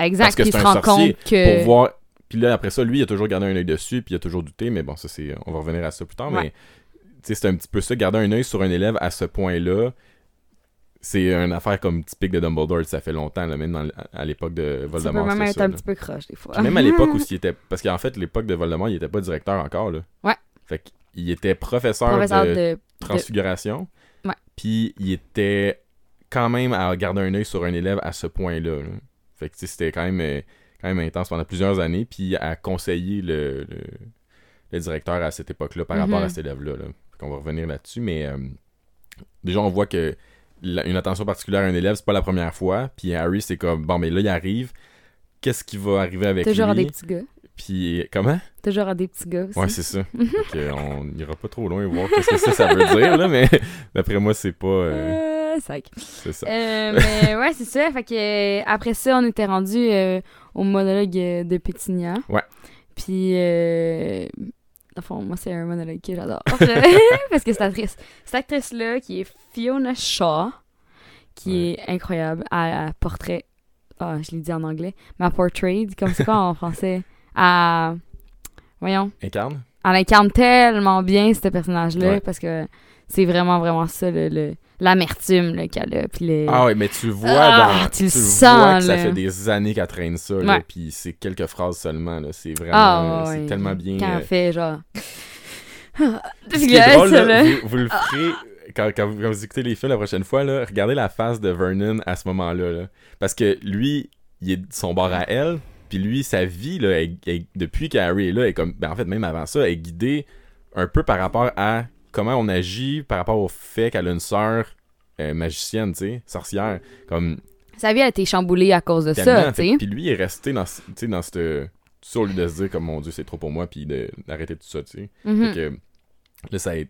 [SPEAKER 1] Exact,
[SPEAKER 2] parce que
[SPEAKER 1] qu'il
[SPEAKER 2] c'est
[SPEAKER 1] se
[SPEAKER 2] un
[SPEAKER 1] rend
[SPEAKER 2] sorcier,
[SPEAKER 1] compte que.
[SPEAKER 2] Pour voir... Puis là, après ça, lui, il a toujours gardé un œil dessus, puis il a toujours douté, mais bon, ça, c'est... On va revenir à ça plus tard,
[SPEAKER 1] Ouais.
[SPEAKER 2] mais... Tu sais, c'est un petit peu ça, garder un œil sur un élève à ce point-là, c'est une affaire comme typique de Dumbledore, ça fait longtemps, là, même dans l- à l'époque de
[SPEAKER 1] ça
[SPEAKER 2] Voldemort.
[SPEAKER 1] peut même
[SPEAKER 2] c'était
[SPEAKER 1] être
[SPEAKER 2] ça,
[SPEAKER 1] un
[SPEAKER 2] là.
[SPEAKER 1] petit peu croche des fois.
[SPEAKER 2] Puis même à l'époque où il était. Parce qu'en fait, l'époque de Voldemort, il était pas directeur encore, là.
[SPEAKER 1] Ouais.
[SPEAKER 2] Fait qu'il était professeur,
[SPEAKER 1] Professeur
[SPEAKER 2] de,
[SPEAKER 1] de.
[SPEAKER 2] transfiguration.
[SPEAKER 1] Ouais.
[SPEAKER 2] Puis il était quand même à garder un œil sur un élève à ce point-là. là. Fait que tu sais, c'était quand même, euh, quand même intense pendant plusieurs années. Puis à conseiller le, le, le directeur à cette époque-là par rapport
[SPEAKER 1] Mhm.
[SPEAKER 2] à cet élève-là. là. Fait qu'on va revenir là-dessus. Mais euh, déjà, on voit que la- une attention particulière à un élève, c'est pas la première fois. Puis Harry, c'est comme, bon, mais là, il arrive. Qu'est-ce qui va arriver avec
[SPEAKER 1] Toujours à
[SPEAKER 2] lui?
[SPEAKER 1] des petits gars.
[SPEAKER 2] Puis comment?
[SPEAKER 1] Toujours à des petits gars aussi.
[SPEAKER 2] Ouais, c'est ça. Fait que, euh, on n'ira pas trop loin voir qu'est-ce que ça, ça veut dire, là, mais d'après moi, c'est pas. euh,
[SPEAKER 1] Euh, sac.
[SPEAKER 2] c'est ça.
[SPEAKER 1] Euh, mais ouais, c'est ça. Fait que euh, après ça, on était rendu euh, au monologue euh, de Pétinia.
[SPEAKER 2] Ouais.
[SPEAKER 1] Puis, euh, dans le fond, moi, c'est un monologue que j'adore. Parce que cette actrice, cette actrice-là, qui est Fiona Shaw, qui est incroyable, à, portrait. Ah, je l'ai dit en anglais. Ma portrayed, comme c'est quoi en français? À. Voyons.
[SPEAKER 2] Incarne
[SPEAKER 1] elle incarne tellement bien ce personnage-là
[SPEAKER 2] Ouais.
[SPEAKER 1] parce que c'est vraiment, vraiment ça, le- le- l'amertume là, qu'elle a. Puis le...
[SPEAKER 2] Ah ouais, mais tu vois,
[SPEAKER 1] Euh, Ah,
[SPEAKER 2] dans-
[SPEAKER 1] tu le
[SPEAKER 2] vois
[SPEAKER 1] sens,
[SPEAKER 2] que ça
[SPEAKER 1] là.
[SPEAKER 2] fait des années qu'elle traîne ça, là,
[SPEAKER 1] Ouais.
[SPEAKER 2] puis c'est quelques phrases seulement, là. C'est vraiment.
[SPEAKER 1] Ah,
[SPEAKER 2] euh,
[SPEAKER 1] ouais.
[SPEAKER 2] c'est tellement bien.
[SPEAKER 1] Quand
[SPEAKER 2] euh,
[SPEAKER 1] elle fait genre. Ah,
[SPEAKER 2] Ce qui est drôle, là, vous, vous le ferez quand, quand vous, quand vous écoutez les films la prochaine fois, là, regardez la face de Vernon à ce moment-là. là. Parce que lui, il est son bord à elle, puis lui, sa vie, là, est- est- depuis qu'Harry est là, est comme, ben, en fait, même avant ça, est guidée un peu par rapport à comment on agit, par rapport au fait qu'elle a une sœur euh, magicienne, tu sais, sorcière. Comme,
[SPEAKER 1] Sa vie a été chamboulée à cause de ça,
[SPEAKER 2] tellement,
[SPEAKER 1] tu
[SPEAKER 2] fait que-
[SPEAKER 1] sais.
[SPEAKER 2] Puis lui, il est resté dans, ce- tu sais, dans cette... Sur lieu de se dire, comme, mon Dieu, c'est trop pour moi, puis de- d'arrêter tout ça, tu sais.
[SPEAKER 1] Mhm.
[SPEAKER 2] Fait que là, ça, est-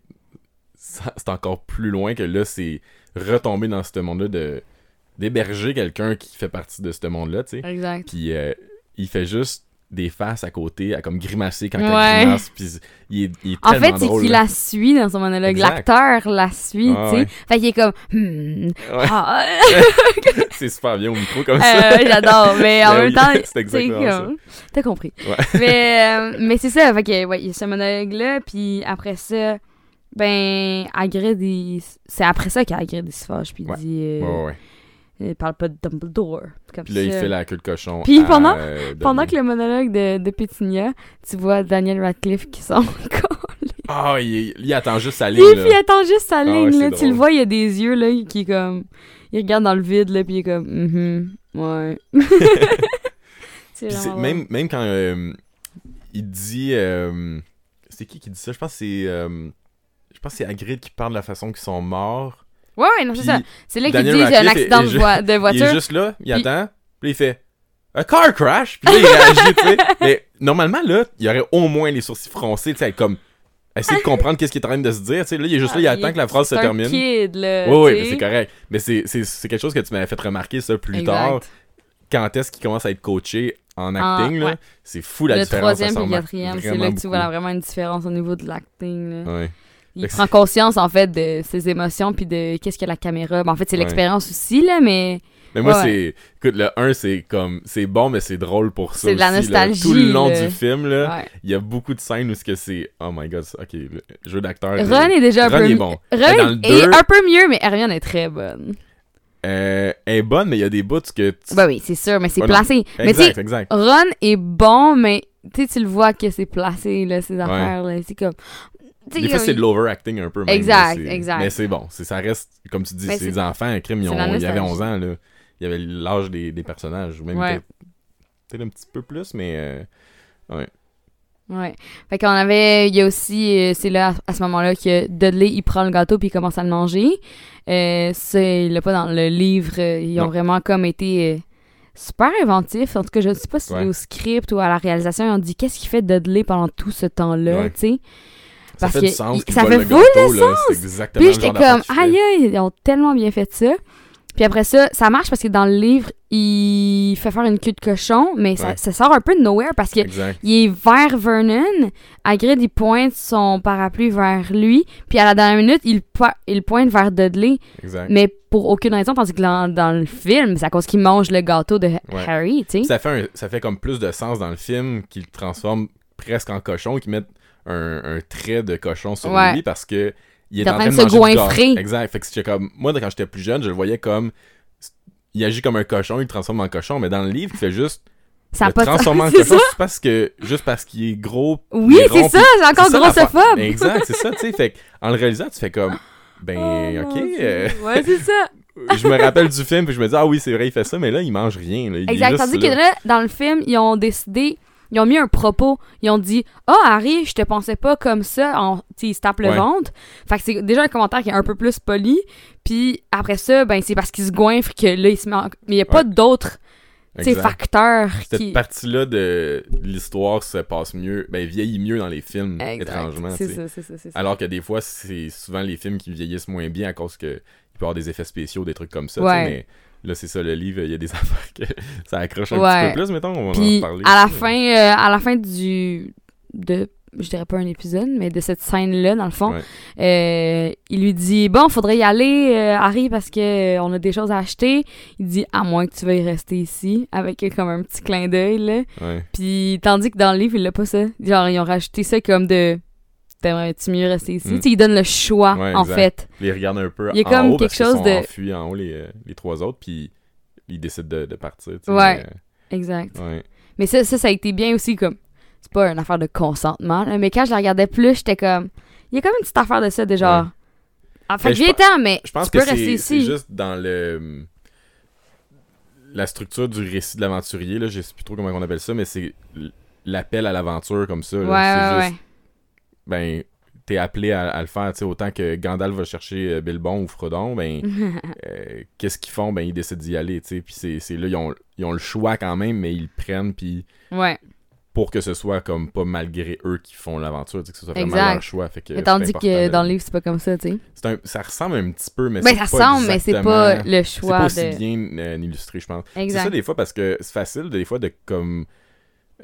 [SPEAKER 2] ça- c'est encore plus loin que là, c'est retomber dans ce monde-là de d'héberger quelqu'un qui fait partie de ce monde-là, tu sais.
[SPEAKER 1] Exact.
[SPEAKER 2] Puis euh, il fait juste des faces à côté, à comme grimacer quand
[SPEAKER 1] Ouais.
[SPEAKER 2] il grimace, puis il est, il est
[SPEAKER 1] En fait,
[SPEAKER 2] tellement
[SPEAKER 1] c'est
[SPEAKER 2] drôle,
[SPEAKER 1] qu'il
[SPEAKER 2] là.
[SPEAKER 1] la suit dans son monologue.
[SPEAKER 2] Exact.
[SPEAKER 1] L'acteur la suit,
[SPEAKER 2] Ah,
[SPEAKER 1] tu sais.
[SPEAKER 2] ouais.
[SPEAKER 1] Fait qu'il est comme. Hmm,
[SPEAKER 2] Ouais.
[SPEAKER 1] ah,
[SPEAKER 2] c'est super bien au micro comme ça.
[SPEAKER 1] euh, j'adore, mais en
[SPEAKER 2] Ben
[SPEAKER 1] même
[SPEAKER 2] oui,
[SPEAKER 1] temps,
[SPEAKER 2] c'est
[SPEAKER 1] c'est
[SPEAKER 2] exactement
[SPEAKER 1] comme- T'as compris.
[SPEAKER 2] Ouais.
[SPEAKER 1] mais euh, mais c'est ça, fait que, ouais, il y a ce monologue-là, puis après ça, ben, Hagrid, il- c'est après ça qu'Hagrid, il se fâche, puis il
[SPEAKER 2] Ouais.
[SPEAKER 1] dit, euh,
[SPEAKER 2] Ouais, ouais, ouais.
[SPEAKER 1] il parle pas de Dumbledore, comme
[SPEAKER 2] Puis là,
[SPEAKER 1] ça.
[SPEAKER 2] il fait la queue de cochon.
[SPEAKER 1] Puis
[SPEAKER 2] à,
[SPEAKER 1] pendant-
[SPEAKER 2] euh,
[SPEAKER 1] Pendant
[SPEAKER 2] Dudley.
[SPEAKER 1] que le monologue de, de Pétunia, tu vois Daniel Radcliffe qui sort encore.
[SPEAKER 2] Ah, il, il attend juste sa
[SPEAKER 1] Puis
[SPEAKER 2] ligne,
[SPEAKER 1] puis il
[SPEAKER 2] là. Ah
[SPEAKER 1] attend juste sa
[SPEAKER 2] ouais,
[SPEAKER 1] ligne,
[SPEAKER 2] c'est
[SPEAKER 1] là. Tu
[SPEAKER 2] drôle.
[SPEAKER 1] le vois, il a des yeux, là, qui est comme. Il regarde dans le vide, là, puis il est comme. Mhm, ouais.
[SPEAKER 2] Puis c'est-
[SPEAKER 1] vraiment drôle.
[SPEAKER 2] même, même quand euh, il dit. euh, c'est qui qui dit ça Je pense que c'est. euh, je pense que c'est Hagrid qui parle de la façon qu'ils sont morts.
[SPEAKER 1] Ouais, ouais, non, c'est
[SPEAKER 2] Puis
[SPEAKER 1] ça. C'est là qu'ils
[SPEAKER 2] Daniel
[SPEAKER 1] disent un
[SPEAKER 2] Radcliffe est-
[SPEAKER 1] accident
[SPEAKER 2] est
[SPEAKER 1] de,
[SPEAKER 2] ju-
[SPEAKER 1] voi- de
[SPEAKER 2] il est
[SPEAKER 1] voiture.
[SPEAKER 2] juste là,
[SPEAKER 1] Puis-
[SPEAKER 2] il attend, puis il fait. A car crash! Puis là, il réagit, tu sais. Mais normalement, là, il y aurait au moins les sourcils froncés, tu sais, être comme. Essayer de comprendre qu'est-ce qu'il est en train de se dire. tu sais. Là, il est juste là, il
[SPEAKER 1] Ah,
[SPEAKER 2] attend que la phrase se
[SPEAKER 1] c'est un
[SPEAKER 2] termine.
[SPEAKER 1] kid, là.
[SPEAKER 2] Oui,
[SPEAKER 1] euh,
[SPEAKER 2] oui,
[SPEAKER 1] tu
[SPEAKER 2] mais
[SPEAKER 1] sais.
[SPEAKER 2] c'est correct. Mais c'est- c'est c'est quelque chose que tu m'avais fait remarquer ça plus
[SPEAKER 1] Exact.
[SPEAKER 2] tard. Quand est-ce qu'il commence à être coaché en
[SPEAKER 1] Ah,
[SPEAKER 2] acting, là,
[SPEAKER 1] ouais.
[SPEAKER 2] c'est fou la
[SPEAKER 1] le
[SPEAKER 2] différence.
[SPEAKER 1] troisième
[SPEAKER 2] ça
[SPEAKER 1] et
[SPEAKER 2] se
[SPEAKER 1] le
[SPEAKER 2] remarque
[SPEAKER 1] quatrième, c'est
[SPEAKER 2] vraiment
[SPEAKER 1] là que tu vois
[SPEAKER 2] beaucoup.
[SPEAKER 1] vraiment une différence au niveau de l'acting. là.
[SPEAKER 2] Ouais.
[SPEAKER 1] Il
[SPEAKER 2] Fait que
[SPEAKER 1] prend
[SPEAKER 2] c'est-
[SPEAKER 1] conscience, en fait, de ses émotions puis de qu'est-ce que la caméra. Ben, en fait, c'est
[SPEAKER 2] Ouais.
[SPEAKER 1] l'expérience aussi, là, mais
[SPEAKER 2] Mais moi,
[SPEAKER 1] Ouais.
[SPEAKER 2] c'est. Écoute, le 1, c'est comme. C'est bon, mais c'est drôle pour ça.
[SPEAKER 1] C'est de la
[SPEAKER 2] aussi, là. Tout
[SPEAKER 1] nostalgie,
[SPEAKER 2] le long
[SPEAKER 1] là.
[SPEAKER 2] du film, là,
[SPEAKER 1] ouais.
[SPEAKER 2] il y a beaucoup de scènes où ce que c'est. Oh my god, ça- ok, le jeu d'acteur.
[SPEAKER 1] Ron est déjà un
[SPEAKER 2] Ron
[SPEAKER 1] peu
[SPEAKER 2] est
[SPEAKER 1] mi-
[SPEAKER 2] bon.
[SPEAKER 1] Ron
[SPEAKER 2] Mais dans le
[SPEAKER 1] est
[SPEAKER 2] deux-
[SPEAKER 1] un peu mieux, mais Ariane est très bonne.
[SPEAKER 2] Euh, elle est bonne, mais il y a des bouts que. tu-
[SPEAKER 1] Ben oui, c'est sûr, mais c'est
[SPEAKER 2] Ouais, non.
[SPEAKER 1] placé. Mais tu sais,
[SPEAKER 2] exact, exact.
[SPEAKER 1] Ron est bon, mais tu sais, tu le vois que c'est placé, là, ces affaires-là. C'est comme. tu sais,
[SPEAKER 2] Des fois,
[SPEAKER 1] comme-
[SPEAKER 2] c'est de l'overacting un peu. Même,
[SPEAKER 1] Exact,
[SPEAKER 2] là, c'est-
[SPEAKER 1] exact.
[SPEAKER 2] Mais c'est bon. c'est- Ça reste, comme tu dis,
[SPEAKER 1] Mais
[SPEAKER 2] ces
[SPEAKER 1] c'est-
[SPEAKER 2] enfants, un crime, ils,
[SPEAKER 1] c'est
[SPEAKER 2] ont,
[SPEAKER 1] la
[SPEAKER 2] ils avaient
[SPEAKER 1] nostalgie.
[SPEAKER 2] 11 ans. Là. Il y avait l'âge des, des personnages. ou Même
[SPEAKER 1] Ouais.
[SPEAKER 2] peut-être- peut-être un petit peu plus, mais. euh,
[SPEAKER 1] Ouais. Fait qu'on avait. Il y a aussi. euh, c'est là, à ce moment-là, que Dudley, il prend le gâteau puis il commence à le manger. Euh, c'est. Il l'a pas dans le livre. euh, Ils ont
[SPEAKER 2] Non.
[SPEAKER 1] vraiment comme été. euh, Super inventifs. En tout cas, je ne sais pas si
[SPEAKER 2] Ouais.
[SPEAKER 1] au script ou à la réalisation, ils ont dit qu'est-ce qu'il fait Dudley pendant tout ce temps-là,
[SPEAKER 2] Ouais.
[SPEAKER 1] tu sais.
[SPEAKER 2] ça
[SPEAKER 1] Parce
[SPEAKER 2] fait
[SPEAKER 1] que
[SPEAKER 2] du sens.
[SPEAKER 1] il-
[SPEAKER 2] qu'ils
[SPEAKER 1] ça
[SPEAKER 2] volent
[SPEAKER 1] fait
[SPEAKER 2] le
[SPEAKER 1] full
[SPEAKER 2] gâteau, là,
[SPEAKER 1] sens.
[SPEAKER 2] C'est exactement
[SPEAKER 1] Puis
[SPEAKER 2] le genre
[SPEAKER 1] j'étais comme,
[SPEAKER 2] d'affaire qu'il
[SPEAKER 1] aïe,
[SPEAKER 2] fait.
[SPEAKER 1] aïe, ils ont tellement bien fait ça. Puis après ça, ça marche parce que dans le livre, il fait faire une queue de cochon, mais ça,
[SPEAKER 2] Ouais.
[SPEAKER 1] ça sort un peu de nowhere parce que
[SPEAKER 2] Exact.
[SPEAKER 1] il est vers Vernon. Hagrid, il pointe son parapluie vers lui. Puis à la dernière minute, il, po- il pointe vers Dudley,
[SPEAKER 2] Exact.
[SPEAKER 1] mais pour aucune raison, tandis que dans, dans le film, c'est à cause qu'il mange le gâteau de
[SPEAKER 2] Ouais.
[SPEAKER 1] Harry, tu sais.
[SPEAKER 2] Ça fait, un- ça fait comme plus de sens dans le film qu'ils le transforment presque en cochon, qu'ils mettent un, un trait de cochon sur
[SPEAKER 1] Ouais.
[SPEAKER 2] lui parce que il est
[SPEAKER 1] T'es
[SPEAKER 2] en train de,
[SPEAKER 1] se
[SPEAKER 2] manger du
[SPEAKER 1] goinfrer.
[SPEAKER 2] gâteau. Exact. Fait que j'étais comme moi quand j'étais plus jeune, je le voyais comme il agit comme un cochon, il le transforme en cochon, mais dans le livre, il fait juste
[SPEAKER 1] Ça a
[SPEAKER 2] le
[SPEAKER 1] pas de
[SPEAKER 2] transformer en
[SPEAKER 1] C'est
[SPEAKER 2] cochon
[SPEAKER 1] ça.
[SPEAKER 2] juste parce que juste parce qu'il est gros.
[SPEAKER 1] Oui,
[SPEAKER 2] il est
[SPEAKER 1] c'est
[SPEAKER 2] rond,
[SPEAKER 1] ça, c'est
[SPEAKER 2] puis-
[SPEAKER 1] encore
[SPEAKER 2] c'est ça l'affaire.
[SPEAKER 1] grossophobe.
[SPEAKER 2] Exact, c'est ça, tu sais. Fait que, en le réalisant, tu fais comme ben
[SPEAKER 1] Oh, mon
[SPEAKER 2] OK,
[SPEAKER 1] Dieu.
[SPEAKER 2] euh,
[SPEAKER 1] Ouais, c'est ça.
[SPEAKER 2] je me rappelle du film puis je me dis ah oui, c'est vrai, il fait ça, mais là il mange rien là, il est
[SPEAKER 1] Exact.
[SPEAKER 2] juste
[SPEAKER 1] Tandis
[SPEAKER 2] là.
[SPEAKER 1] que là, dans le film, ils ont décidé, ils ont mis un propos. Ils ont dit Ah, Harry, je te pensais pas comme ça. En... tu sais, Ils se tapent le
[SPEAKER 2] Ouais.
[SPEAKER 1] ventre. Fait que c'est déjà un commentaire qui est un peu plus poli. Puis après ça, ben, c'est parce qu'ils se goinfrent que là, ils se manquent. Mais il n'y a pas d'autres tu sais,
[SPEAKER 2] Exact.
[SPEAKER 1] facteurs
[SPEAKER 2] Cette
[SPEAKER 1] qui.
[SPEAKER 2] partie-là de l'histoire se passe mieux, ben vieillit mieux dans les films,
[SPEAKER 1] Exact.
[SPEAKER 2] étrangement.
[SPEAKER 1] C'est
[SPEAKER 2] tu sais.
[SPEAKER 1] ça, c'est ça, c'est ça.
[SPEAKER 2] Alors que des fois, c'est souvent les films qui vieillissent moins bien à cause que il peut y avoir des effets spéciaux, des trucs comme ça. tu sais,
[SPEAKER 1] Ouais.
[SPEAKER 2] Mais là, c'est ça, le livre, il y a des affaires que ça accroche un
[SPEAKER 1] Ouais.
[SPEAKER 2] petit peu plus, mettons, on va en
[SPEAKER 1] Puis
[SPEAKER 2] parler.
[SPEAKER 1] à la fin, euh, à la fin du de je dirais pas un épisode, mais de cette scène-là, dans le fond,
[SPEAKER 2] Ouais.
[SPEAKER 1] euh, il lui dit Bon, faudrait y aller, euh, Harry, parce que euh, on a des choses à acheter. Il dit À moins que tu veuilles rester ici, avec euh, comme un petit clin d'œil, là.
[SPEAKER 2] Ouais.
[SPEAKER 1] Puis tandis que dans le livre, il l'a pas ça. Genre, ils ont rajouté ça comme de T'aimerais-tu mieux rester ici
[SPEAKER 2] Mm.
[SPEAKER 1] Tu sais, il donne le choix,
[SPEAKER 2] Ouais,
[SPEAKER 1] en
[SPEAKER 2] exact.
[SPEAKER 1] fait.
[SPEAKER 2] Ils regardent un peu
[SPEAKER 1] Il y a
[SPEAKER 2] en
[SPEAKER 1] comme
[SPEAKER 2] haut
[SPEAKER 1] quelque
[SPEAKER 2] parce qu'ils
[SPEAKER 1] chose
[SPEAKER 2] sont
[SPEAKER 1] de-
[SPEAKER 2] enfuis en haut, les, euh, les trois autres, puis ils décident de, de partir. tu sais,
[SPEAKER 1] Ouais.
[SPEAKER 2] mais,
[SPEAKER 1] Exact.
[SPEAKER 2] euh, ouais.
[SPEAKER 1] Mais ça, ça, ça a été bien aussi, comme. C'est pas une affaire de consentement, là, mais quand je la regardais plus, j'étais comme. Il y a comme une petite affaire de ça, de genre.
[SPEAKER 2] Ouais.
[SPEAKER 1] Ah, fait
[SPEAKER 2] Mais
[SPEAKER 1] que
[SPEAKER 2] je
[SPEAKER 1] j'ai temps, mais
[SPEAKER 2] Je pense
[SPEAKER 1] tu
[SPEAKER 2] que
[SPEAKER 1] peux
[SPEAKER 2] c'est-
[SPEAKER 1] rester
[SPEAKER 2] c'est
[SPEAKER 1] ici.
[SPEAKER 2] juste dans le mm, la structure du récit de l'aventurier là, je sais plus trop comment on appelle ça mais c'est l- l'appel à l'aventure comme ça là.
[SPEAKER 1] ouais,
[SPEAKER 2] c'est
[SPEAKER 1] ouais,
[SPEAKER 2] juste ben t'es appelé à, à le faire tu sais autant que Gandalf va chercher euh, Bilbon ou Frodon ben
[SPEAKER 1] ouais.
[SPEAKER 2] euh, qu'est-ce qu'ils font ben ils décident d'y aller tu sais puis c'est c'est là ils ont ils ont le choix quand même mais ils le prennent puis
[SPEAKER 1] ouais.
[SPEAKER 2] pour que ce soit comme pas malgré eux qui font l'aventure tu sais, que ce soit vraiment
[SPEAKER 1] Exact.
[SPEAKER 2] leur choix fait que
[SPEAKER 1] Mais
[SPEAKER 2] c'est
[SPEAKER 1] tandis
[SPEAKER 2] important
[SPEAKER 1] que
[SPEAKER 2] de-
[SPEAKER 1] dans le livre, c'est pas comme ça, tu sais.
[SPEAKER 2] c'est un- ça ressemble un petit peu mais
[SPEAKER 1] Ben,
[SPEAKER 2] c'est
[SPEAKER 1] ça
[SPEAKER 2] pas
[SPEAKER 1] semble, mais c'est pas
[SPEAKER 2] exactement-
[SPEAKER 1] le
[SPEAKER 2] c'est pas
[SPEAKER 1] choix
[SPEAKER 2] aussi
[SPEAKER 1] de.
[SPEAKER 2] bien euh, illustré, je pense. C'est ça
[SPEAKER 1] Exact.
[SPEAKER 2] des fois parce que c'est facile des fois de comme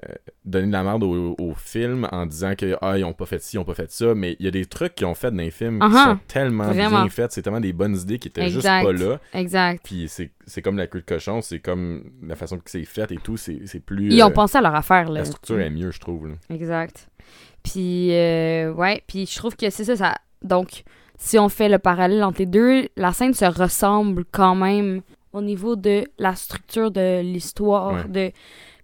[SPEAKER 2] euh, donner de la merde au, au film en disant que ah ils ont pas fait ci, ils ont pas fait ça, mais il y a des trucs qu'ils ont fait dans les films qui
[SPEAKER 1] Uh-huh.
[SPEAKER 2] sont tellement
[SPEAKER 1] Vraiment.
[SPEAKER 2] bien faits, c'est tellement des bonnes idées qui étaient juste
[SPEAKER 1] Exact.
[SPEAKER 2] pas là.
[SPEAKER 1] Exact.
[SPEAKER 2] Puis c'est c'est comme la queue de cochon, c'est comme la façon que c'est fait et tout, c'est c'est plus
[SPEAKER 1] Ils
[SPEAKER 2] euh,
[SPEAKER 1] ont pensé à leur affaire, là.
[SPEAKER 2] la structure est mieux je trouve. là.
[SPEAKER 1] Exact. Puis, euh, ouais, puis je trouve que c'est ça, ça. Donc, si on fait le parallèle entre les deux, la scène se ressemble quand même au niveau de la structure de l'histoire, de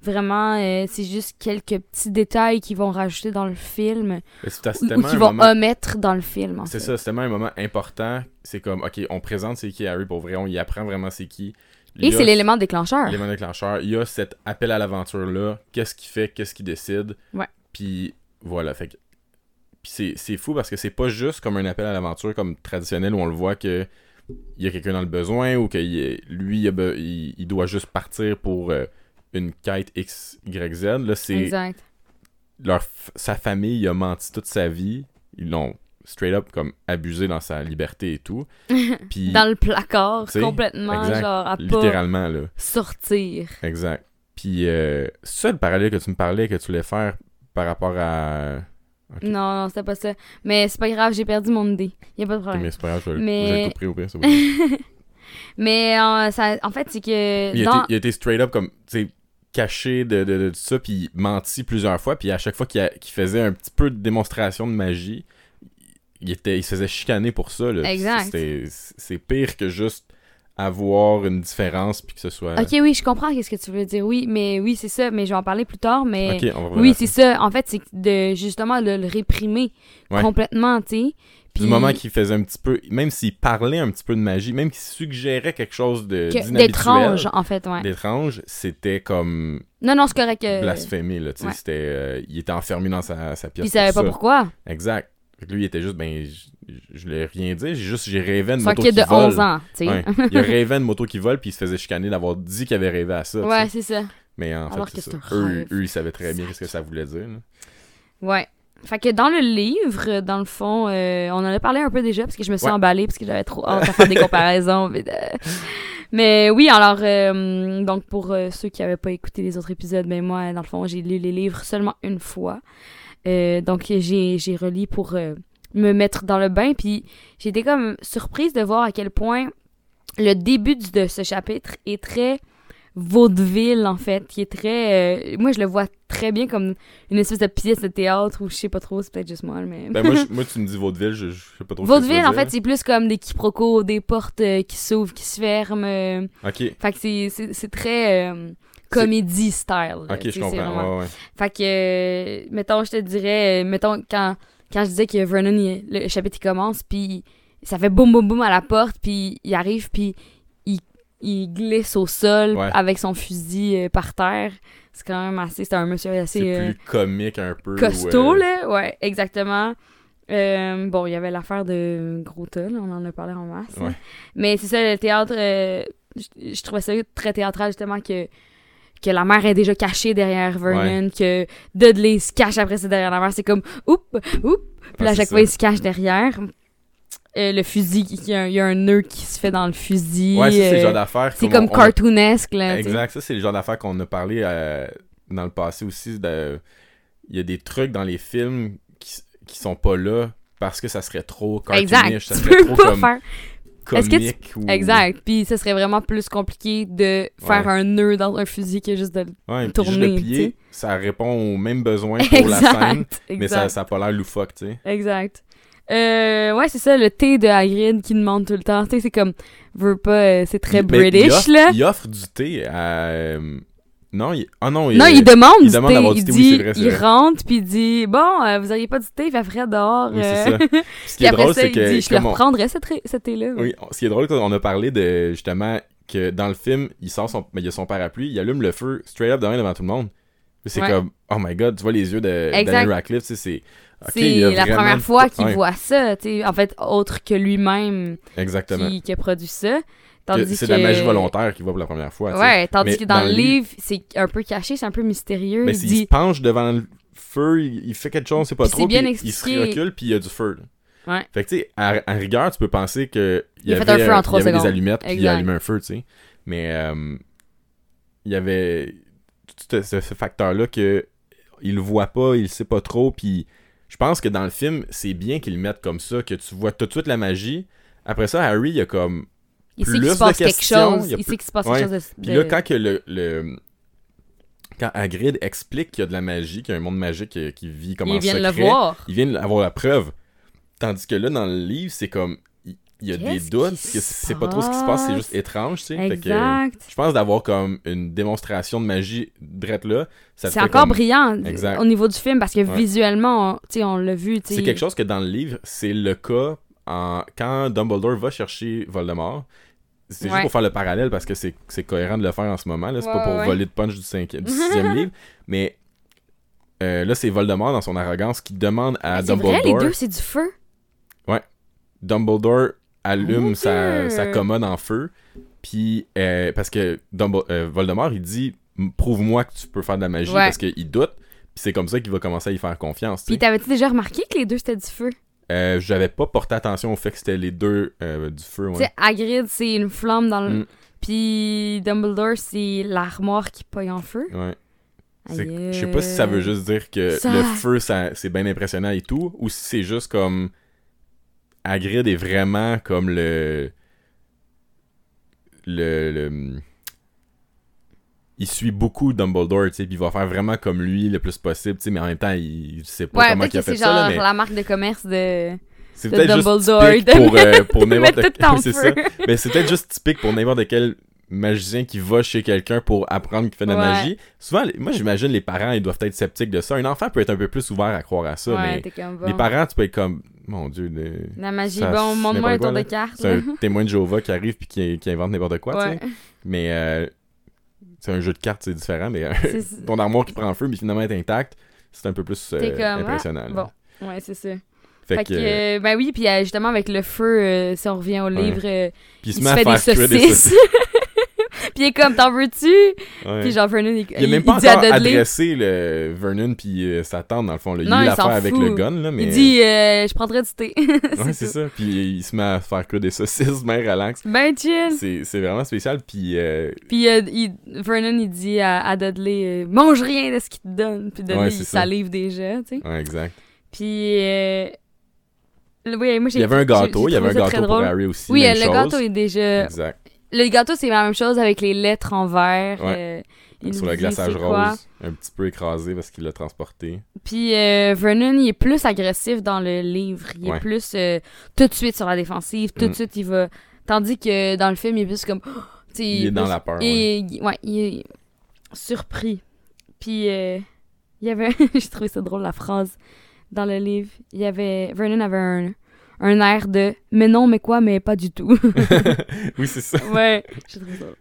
[SPEAKER 1] vraiment, euh, c'est juste quelques petits détails qu'ils vont rajouter dans le film
[SPEAKER 2] Mais c'est- c'est
[SPEAKER 1] ou, hum. ou
[SPEAKER 2] tellement
[SPEAKER 1] qu'ils
[SPEAKER 2] un
[SPEAKER 1] vont
[SPEAKER 2] moment-
[SPEAKER 1] omettre dans le film. en
[SPEAKER 2] C'est
[SPEAKER 1] fait.
[SPEAKER 2] ça, c'est tellement un moment important. C'est comme, ok, on présente c'est qui Harry pour vrai, on y apprend vraiment c'est qui.
[SPEAKER 1] Et
[SPEAKER 2] Là,
[SPEAKER 1] c'est l'élément déclencheur.
[SPEAKER 2] L'élément déclencheur. Il y a cet appel à l'aventure-là. Qu'est-ce qu'il fait? Qu'est-ce qu'il décide?
[SPEAKER 1] Ouais.
[SPEAKER 2] Puis voilà. Fait que- Puis c'est, c'est fou parce que c'est pas juste comme un appel à l'aventure comme traditionnel où on le voit que il y a quelqu'un dans le besoin ou que il est- lui, il, a be- il- il doit juste partir pour euh, une quête X, Y, Z. Là, c'est
[SPEAKER 1] Exact.
[SPEAKER 2] leur f- sa famille il a menti toute sa vie. ils l'ont straight up comme abusé dans sa liberté et tout. Puis
[SPEAKER 1] Dans le placard,
[SPEAKER 2] Tu sais,
[SPEAKER 1] complètement,
[SPEAKER 2] exact,
[SPEAKER 1] genre, à pas
[SPEAKER 2] littéralement là.
[SPEAKER 1] sortir.
[SPEAKER 2] Exact. Puis euh, c'est ça le parallèle que tu me parlais que tu voulais faire par rapport à Ok.
[SPEAKER 1] Non, non, c'était pas ça. Mais c'est pas grave, j'ai perdu mon idée. Y a pas de problème.
[SPEAKER 2] Mais c'est pas grave, je vais,
[SPEAKER 1] Mais-
[SPEAKER 2] je vais le couper au pire, c'est pas grave.
[SPEAKER 1] Mais euh, ça, en fait, c'est que.
[SPEAKER 2] il, a
[SPEAKER 1] dans-
[SPEAKER 2] été, il a été straight up comme, tu sais, caché de, de, de, de ça, puis menti plusieurs fois, puis à chaque fois qu'il a- qu'il faisait un petit peu de démonstration de magie, il, était, il se faisait chicaner pour ça. Là.
[SPEAKER 1] Exact.
[SPEAKER 2] C'était- C'est pire que juste avoir une différence, puis que ce soit...
[SPEAKER 1] Ok, oui, je comprends qu'est-ce que tu veux dire. Oui, mais oui, c'est ça. Mais je vais en parler plus tard. Mais
[SPEAKER 2] Ok, on va revenir
[SPEAKER 1] oui,
[SPEAKER 2] à ça.
[SPEAKER 1] c'est ça. En fait, c'est de justement de le réprimer
[SPEAKER 2] Ouais.
[SPEAKER 1] complètement, tu sais. Puis
[SPEAKER 2] Du moment qu'il faisait un petit peu, même s'il parlait un petit peu de magie, même qu'il suggérait quelque chose de
[SPEAKER 1] que-
[SPEAKER 2] d'inhabituel,
[SPEAKER 1] d'étrange, en fait, ouais.
[SPEAKER 2] d'étrange, c'était comme
[SPEAKER 1] Non, non, c'est correct. que-
[SPEAKER 2] blasphémé là, tu sais,
[SPEAKER 1] ouais.
[SPEAKER 2] c'était, euh, il était enfermé dans sa, sa pièce.
[SPEAKER 1] Puis il savait
[SPEAKER 2] pour
[SPEAKER 1] pas
[SPEAKER 2] ça.
[SPEAKER 1] pourquoi.
[SPEAKER 2] Exact. Fait que lui, il était juste, ben, je- je je l'ai rien dit, j'ai juste, j'ai rêvé d'une
[SPEAKER 1] C'est un
[SPEAKER 2] moto
[SPEAKER 1] kid
[SPEAKER 2] qui
[SPEAKER 1] de
[SPEAKER 2] vole.
[SPEAKER 1] 11 ans, tu sais.
[SPEAKER 2] Ouais. Il a rêvé une moto qui vole, puis il se faisait chicaner d'avoir dit qu'il avait rêvé à ça. tu sais.
[SPEAKER 1] Ouais, c'est ça.
[SPEAKER 2] Mais en
[SPEAKER 1] Alors
[SPEAKER 2] fait,
[SPEAKER 1] que c'est
[SPEAKER 2] c'est ça.
[SPEAKER 1] un
[SPEAKER 2] Eux,
[SPEAKER 1] rêve.
[SPEAKER 2] eux, ils savaient très bien ce que ça voulait dire. là.
[SPEAKER 1] Ouais. Fait que dans le livre, euh, dans le fond, euh, on en a parlé un peu déjà parce que je me suis
[SPEAKER 2] Ouais.
[SPEAKER 1] emballée parce que j'avais trop hâte à faire des comparaisons. Mais, euh, mais oui, alors, euh, donc pour euh, ceux qui n'avaient pas écouté les autres épisodes, ben moi, dans le fond, j'ai lu les livres seulement une fois. Euh, donc j'ai j'ai relis pour euh, me mettre dans le bain. Puis j'étais comme surprise de voir à quel point le début du- de ce chapitre est très vaudeville en fait qui est très euh, moi je le vois très bien comme une espèce de pièce de théâtre ou je sais pas trop c'est peut-être juste moi mais
[SPEAKER 2] Ben, moi, je- moi, tu me dis vaudeville, je, je sais pas trop. ce que tu veux
[SPEAKER 1] vaudeville en fait
[SPEAKER 2] dire.
[SPEAKER 1] c'est plus comme des quiproquos des portes euh, qui s'ouvrent qui se ferment euh,
[SPEAKER 2] Ok,
[SPEAKER 1] fait que c'est- c'est c'est très euh, comédie style là,
[SPEAKER 2] ok,
[SPEAKER 1] tu sais,
[SPEAKER 2] je
[SPEAKER 1] c'est
[SPEAKER 2] comprends.
[SPEAKER 1] vraiment-
[SPEAKER 2] ouais, ouais.
[SPEAKER 1] fait que, euh, mettons, je te dirais, euh, mettons, quand, quand je disais que Vernon, il- le chapitre, il commence, puis ça fait boum, boum, boum à la porte, puis il arrive, puis il, il glisse au sol
[SPEAKER 2] Ouais.
[SPEAKER 1] avec son fusil euh, par terre. C'est quand même assez, c'est un monsieur
[SPEAKER 2] C'est
[SPEAKER 1] assez euh,
[SPEAKER 2] plus comique un peu. euh,
[SPEAKER 1] costaud,
[SPEAKER 2] ouais.
[SPEAKER 1] là. Ouais, exactement. Euh, bon, il y avait l'affaire de Grota, là, on en a parlé en masse.
[SPEAKER 2] Ouais.
[SPEAKER 1] Mais c'est ça, le théâtre, euh, je, je trouvais ça très théâtral, justement, que, que la mère est déjà cachée derrière Vernon, que Dudley se cache après ça derrière la mère. C'est comme, oups, puis là,
[SPEAKER 2] Ouais, Ah, c'est
[SPEAKER 1] chaque
[SPEAKER 2] ça.
[SPEAKER 1] fois, il se cache derrière. Euh, le fusil, il y, a, il y a un nœud qui se fait dans le fusil.
[SPEAKER 2] Ouais, ça, c'est le
[SPEAKER 1] euh,
[SPEAKER 2] genre d'affaires.
[SPEAKER 1] c'est comme
[SPEAKER 2] on- on a
[SPEAKER 1] cartoonesque, là. tu sais.
[SPEAKER 2] Exact, ça c'est le genre d'affaires qu'on a parlé euh, dans le passé aussi. de- Il y a des trucs dans les films qui, s- qui sont pas là parce que ça serait trop
[SPEAKER 1] Exact.
[SPEAKER 2] cartoonish, ça
[SPEAKER 1] Tu
[SPEAKER 2] serait
[SPEAKER 1] peux
[SPEAKER 2] trop
[SPEAKER 1] pas
[SPEAKER 2] comme
[SPEAKER 1] faire. Est-ce que tu-
[SPEAKER 2] comique. ou-
[SPEAKER 1] Exact. Puis ça serait vraiment plus compliqué de faire
[SPEAKER 2] Ouais.
[SPEAKER 1] un nœud dans un fusil que juste de le
[SPEAKER 2] Ouais, puis
[SPEAKER 1] tourner,
[SPEAKER 2] juste le
[SPEAKER 1] tu
[SPEAKER 2] plier,
[SPEAKER 1] sais.
[SPEAKER 2] ça répond aux mêmes besoins pour la scène,
[SPEAKER 1] Exact.
[SPEAKER 2] mais ça,
[SPEAKER 1] Exact.
[SPEAKER 2] ça a pas l'air loufoque, tu sais.
[SPEAKER 1] Exact. Euh, ouais, c'est ça, le thé de Hagrid qui demande tout le temps. Tu sais, c'est comme, veux pas, euh, c'est très
[SPEAKER 2] Mais il
[SPEAKER 1] british,
[SPEAKER 2] offre-
[SPEAKER 1] là.
[SPEAKER 2] Il offre du thé à... euh, Non, il... ah non, il...
[SPEAKER 1] non, il demande
[SPEAKER 2] il
[SPEAKER 1] du
[SPEAKER 2] demande
[SPEAKER 1] thé.
[SPEAKER 2] d'avoir du
[SPEAKER 1] il
[SPEAKER 2] thé, oui,
[SPEAKER 1] dit,
[SPEAKER 2] c'est vrai, c'est
[SPEAKER 1] il
[SPEAKER 2] vrai.
[SPEAKER 1] rentre, puis il dit, bon, euh, vous auriez pas du thé, il fait frais dehors.
[SPEAKER 2] Oui, c'est
[SPEAKER 1] euh.
[SPEAKER 2] ça. Ce qui
[SPEAKER 1] puis
[SPEAKER 2] est
[SPEAKER 1] après
[SPEAKER 2] drôle,
[SPEAKER 1] ça,
[SPEAKER 2] c'est
[SPEAKER 1] il
[SPEAKER 2] que...
[SPEAKER 1] dit, je le
[SPEAKER 2] comme on-
[SPEAKER 1] reprendrais, ce thé- ce thé-là.
[SPEAKER 2] Oui, on- ce qui est drôle, on a parlé de justement que dans le film, il sort son, mais il a son parapluie, il allume le feu straight up devant, devant tout le monde. Puis C'est
[SPEAKER 1] Ouais.
[SPEAKER 2] comme, oh my god, tu vois les yeux de
[SPEAKER 1] Exact.
[SPEAKER 2] Daniel Radcliffe, tu sais, c'est. ok, il a
[SPEAKER 1] c'est la
[SPEAKER 2] vraiment-
[SPEAKER 1] première fois qu'il
[SPEAKER 2] Ouais,
[SPEAKER 1] voit ça, tu sais, en fait, autre que lui-même
[SPEAKER 2] Exactement.
[SPEAKER 1] qui, qui a produit ça.
[SPEAKER 2] Que-
[SPEAKER 1] Tandis
[SPEAKER 2] C'est
[SPEAKER 1] que...
[SPEAKER 2] de la magie volontaire qu'il voit pour la première fois. tu sais.
[SPEAKER 1] Ouais, tandis
[SPEAKER 2] Mais
[SPEAKER 1] que dans,
[SPEAKER 2] dans
[SPEAKER 1] le
[SPEAKER 2] le
[SPEAKER 1] livre, c'est un peu caché, c'est un peu mystérieux.
[SPEAKER 2] Mais
[SPEAKER 1] il
[SPEAKER 2] s'il se
[SPEAKER 1] dit.
[SPEAKER 2] penche devant le feu, il, il fait quelque chose, c'est pas
[SPEAKER 1] Puis
[SPEAKER 2] trop.
[SPEAKER 1] c'est bien
[SPEAKER 2] puis il se
[SPEAKER 1] expliqué.
[SPEAKER 2] recule, puis il y a du feu. là.
[SPEAKER 1] Ouais.
[SPEAKER 2] Fait que tu sais, à, à rigueur, tu peux penser que.
[SPEAKER 1] Il a fait un feu en trois
[SPEAKER 2] Il y avait des
[SPEAKER 1] secondes.
[SPEAKER 2] allumettes, puis il a
[SPEAKER 1] Exact.
[SPEAKER 2] allumé un feu, tu sais. Mais euh, il y avait tout ce, ce- ce facteur-là que il le voit pas, il le sait pas trop, puis je pense que dans le film, c'est bien qu'ils le mettent comme ça, que tu vois tout de suite la magie. Après ça, Harry, il a comme.
[SPEAKER 1] Il sait
[SPEAKER 2] plus
[SPEAKER 1] qu'il
[SPEAKER 2] de
[SPEAKER 1] se passe quelque
[SPEAKER 2] questions,
[SPEAKER 1] chose.
[SPEAKER 2] il y a
[SPEAKER 1] Il,
[SPEAKER 2] plus-
[SPEAKER 1] sait qu'il se passe
[SPEAKER 2] Ouais.
[SPEAKER 1] quelque chose de.
[SPEAKER 2] Puis
[SPEAKER 1] de-
[SPEAKER 2] là, quand que le, le- quand Hagrid explique qu'il y a de la magie, qu'il y a un monde magique euh, qui vit comme en
[SPEAKER 1] ils viennent le
[SPEAKER 2] secret,
[SPEAKER 1] voir.
[SPEAKER 2] ils viennent avoir la preuve. Tandis que là, dans le livre, c'est comme il il y a des
[SPEAKER 1] Qu'est-ce
[SPEAKER 2] doutes,
[SPEAKER 1] qui se
[SPEAKER 2] que c'est pas trop ce qui se passe, c'est juste étrange, tu sais. Fait que, euh,
[SPEAKER 1] Exact.
[SPEAKER 2] je pense d'avoir comme une démonstration de magie drette là, ça
[SPEAKER 1] C'est
[SPEAKER 2] fait
[SPEAKER 1] encore
[SPEAKER 2] comme-
[SPEAKER 1] brillant d-
[SPEAKER 2] Exact.
[SPEAKER 1] au niveau du film parce que
[SPEAKER 2] Ouais.
[SPEAKER 1] visuellement, on- tu sais, on l'a vu. tu sais.
[SPEAKER 2] C'est quelque chose que dans le livre, c'est le cas en... quand Dumbledore va chercher Voldemort. C'est juste
[SPEAKER 1] Ouais.
[SPEAKER 2] pour faire le parallèle parce que c'est c'est cohérent de le faire en ce moment. là. C'est pas
[SPEAKER 1] Ouais,
[SPEAKER 2] pour
[SPEAKER 1] ouais.
[SPEAKER 2] voler de punch du, cinquième, du sixième livre. Mais euh, là, c'est Voldemort dans son arrogance qui demande à
[SPEAKER 1] Mais C'est vrai, les
[SPEAKER 2] Dumbledore.
[SPEAKER 1] deux, c'est du feu.
[SPEAKER 2] Dumbledore
[SPEAKER 1] Oh mon
[SPEAKER 2] allume sa,
[SPEAKER 1] Dieu.
[SPEAKER 2] sa commode en feu. Puis, euh, parce que Dumble- euh, Voldemort, il dit Prouve-moi que tu peux faire de la magie
[SPEAKER 1] Ouais.
[SPEAKER 2] parce qu'il doute. Puis c'est comme ça qu'il va commencer à y faire confiance. tu
[SPEAKER 1] Puis
[SPEAKER 2] sais.
[SPEAKER 1] t'avais-tu déjà remarqué que les deux c'était du feu?
[SPEAKER 2] Euh, J'avais pas porté attention au fait que c'était les deux euh, du feu. ouais.
[SPEAKER 1] Tu sais, Hagrid, c'est une flamme dans le.
[SPEAKER 2] Mm.
[SPEAKER 1] Puis Dumbledore, c'est l'armoire qui pogne en feu.
[SPEAKER 2] Ouais. C'est-
[SPEAKER 1] Aïe,
[SPEAKER 2] Je sais pas si ça veut
[SPEAKER 1] euh,
[SPEAKER 2] juste dire que
[SPEAKER 1] Ça-
[SPEAKER 2] le feu, ça- c'est bien impressionnant et tout, ou si c'est juste comme. Hagrid est vraiment comme le. Le. le- Il suit beaucoup Dumbledore, tu sais, puis il va faire vraiment comme lui le plus possible, tu sais, mais en même temps, il il sait pas
[SPEAKER 1] Ouais,
[SPEAKER 2] comment
[SPEAKER 1] peut-être
[SPEAKER 2] il a
[SPEAKER 1] que
[SPEAKER 2] fait
[SPEAKER 1] c'est
[SPEAKER 2] ça,
[SPEAKER 1] genre
[SPEAKER 2] là, mais
[SPEAKER 1] la marque de commerce de,
[SPEAKER 2] c'est
[SPEAKER 1] de
[SPEAKER 2] peut-être juste
[SPEAKER 1] Dumbledore.
[SPEAKER 2] typique
[SPEAKER 1] de
[SPEAKER 2] pour, euh,
[SPEAKER 1] de
[SPEAKER 2] pour n'importe
[SPEAKER 1] mettre tout en
[SPEAKER 2] Oui, c'est
[SPEAKER 1] feu.
[SPEAKER 2] ça. Mais c'est peut-être juste typique pour n'importe quel magicien qui va chez quelqu'un pour apprendre qu'il fait de la
[SPEAKER 1] Ouais.
[SPEAKER 2] magie. Souvent, les- moi j'imagine les parents, ils doivent être sceptiques de ça. Un enfant peut être un peu plus ouvert à croire à ça,
[SPEAKER 1] ouais,
[SPEAKER 2] mais
[SPEAKER 1] t'es comme bon.
[SPEAKER 2] les parents, tu peux être comme, mon dieu, le-
[SPEAKER 1] La magie,
[SPEAKER 2] ça,
[SPEAKER 1] bon,
[SPEAKER 2] c'est
[SPEAKER 1] montre-moi un
[SPEAKER 2] n'importe
[SPEAKER 1] tour
[SPEAKER 2] quoi,
[SPEAKER 1] de carte.
[SPEAKER 2] c'est un témoin de Jéhovah qui arrive puis qui, qui invente n'importe quoi, tu sais. Mais euh, c'est un jeu de cartes, c'est différent, mais euh,
[SPEAKER 1] c'est
[SPEAKER 2] ton armoire qui prend feu mais finalement est intacte, c'est un peu plus euh,
[SPEAKER 1] T'es comme, ah,
[SPEAKER 2] impressionnant. là.
[SPEAKER 1] bon. ouais, c'est ça.
[SPEAKER 2] Fait,
[SPEAKER 1] Fait
[SPEAKER 2] que,
[SPEAKER 1] que,
[SPEAKER 2] euh,
[SPEAKER 1] euh, ben oui, puis euh, justement, avec le feu, euh, si on revient au
[SPEAKER 2] Ouais.
[SPEAKER 1] livre, euh,
[SPEAKER 2] puis il
[SPEAKER 1] il
[SPEAKER 2] se
[SPEAKER 1] se
[SPEAKER 2] met à
[SPEAKER 1] fait des
[SPEAKER 2] faire cuire
[SPEAKER 1] saucisses. Puis il est comme, t'en veux-tu?
[SPEAKER 2] Ouais.
[SPEAKER 1] Puis genre, Vernon, il,
[SPEAKER 2] Il a même
[SPEAKER 1] il
[SPEAKER 2] pas
[SPEAKER 1] dit à
[SPEAKER 2] encore
[SPEAKER 1] Dudley,
[SPEAKER 2] adressé le Vernon puis euh, sa tante, dans le fond. Là. Il
[SPEAKER 1] Non,
[SPEAKER 2] a eu
[SPEAKER 1] il
[SPEAKER 2] l'affaire
[SPEAKER 1] s'en
[SPEAKER 2] avec
[SPEAKER 1] fout.
[SPEAKER 2] le gun, là, mais...
[SPEAKER 1] il dit, euh, je prendrais du thé.
[SPEAKER 2] Ouais,
[SPEAKER 1] c'est
[SPEAKER 2] c'est
[SPEAKER 1] tout.
[SPEAKER 2] ça. Puis il se met à faire cuire des saucisses bien relax.
[SPEAKER 1] Ben chill.
[SPEAKER 2] C'est c'est vraiment spécial, puis... euh,
[SPEAKER 1] Puis euh, il- Vernon, il dit à, à Dudley, euh, mange rien de ce qu'il te donne. Puis Dudley,
[SPEAKER 2] Ouais, c'est
[SPEAKER 1] il
[SPEAKER 2] ça.
[SPEAKER 1] salive déjà, tu sais.
[SPEAKER 2] Ouais, exact.
[SPEAKER 1] Puis, euh, oui, moi, j'ai
[SPEAKER 2] Il y avait un
[SPEAKER 1] j'ai-
[SPEAKER 2] gâteau,
[SPEAKER 1] j'ai
[SPEAKER 2] il y avait un
[SPEAKER 1] trouvé ça très
[SPEAKER 2] gâteau pour
[SPEAKER 1] drôle.
[SPEAKER 2] Harry aussi,
[SPEAKER 1] Oui,
[SPEAKER 2] même
[SPEAKER 1] euh, le
[SPEAKER 2] chose.
[SPEAKER 1] gâteau est déjà.
[SPEAKER 2] Exact.
[SPEAKER 1] Le gâteau, c'est la même chose avec les lettres en verre. euh, il
[SPEAKER 2] Sur
[SPEAKER 1] nous
[SPEAKER 2] le
[SPEAKER 1] dit
[SPEAKER 2] glaçage
[SPEAKER 1] c'est quoi.
[SPEAKER 2] rose, un petit peu écrasé parce qu'il l'a transporté.
[SPEAKER 1] Puis euh, Vernon, il est plus agressif dans le livre. Il
[SPEAKER 2] Ouais.
[SPEAKER 1] est plus euh, tout de suite sur la défensive. Tout
[SPEAKER 2] Mm.
[SPEAKER 1] de suite, il va. Tandis que dans le film, il est plus comme. Oh! Tu sais,
[SPEAKER 2] Il est dans
[SPEAKER 1] plus-
[SPEAKER 2] la peur,
[SPEAKER 1] Et il- ouais, il est surpris. Puis euh, il y avait. J'ai trouvé ça drôle la phrase dans le livre. Il y avait. Vernon avait un, un air de mais non, mais quoi, mais pas du tout.
[SPEAKER 2] oui, c'est ça.
[SPEAKER 1] ouais, j'ai trouvé ça drôle.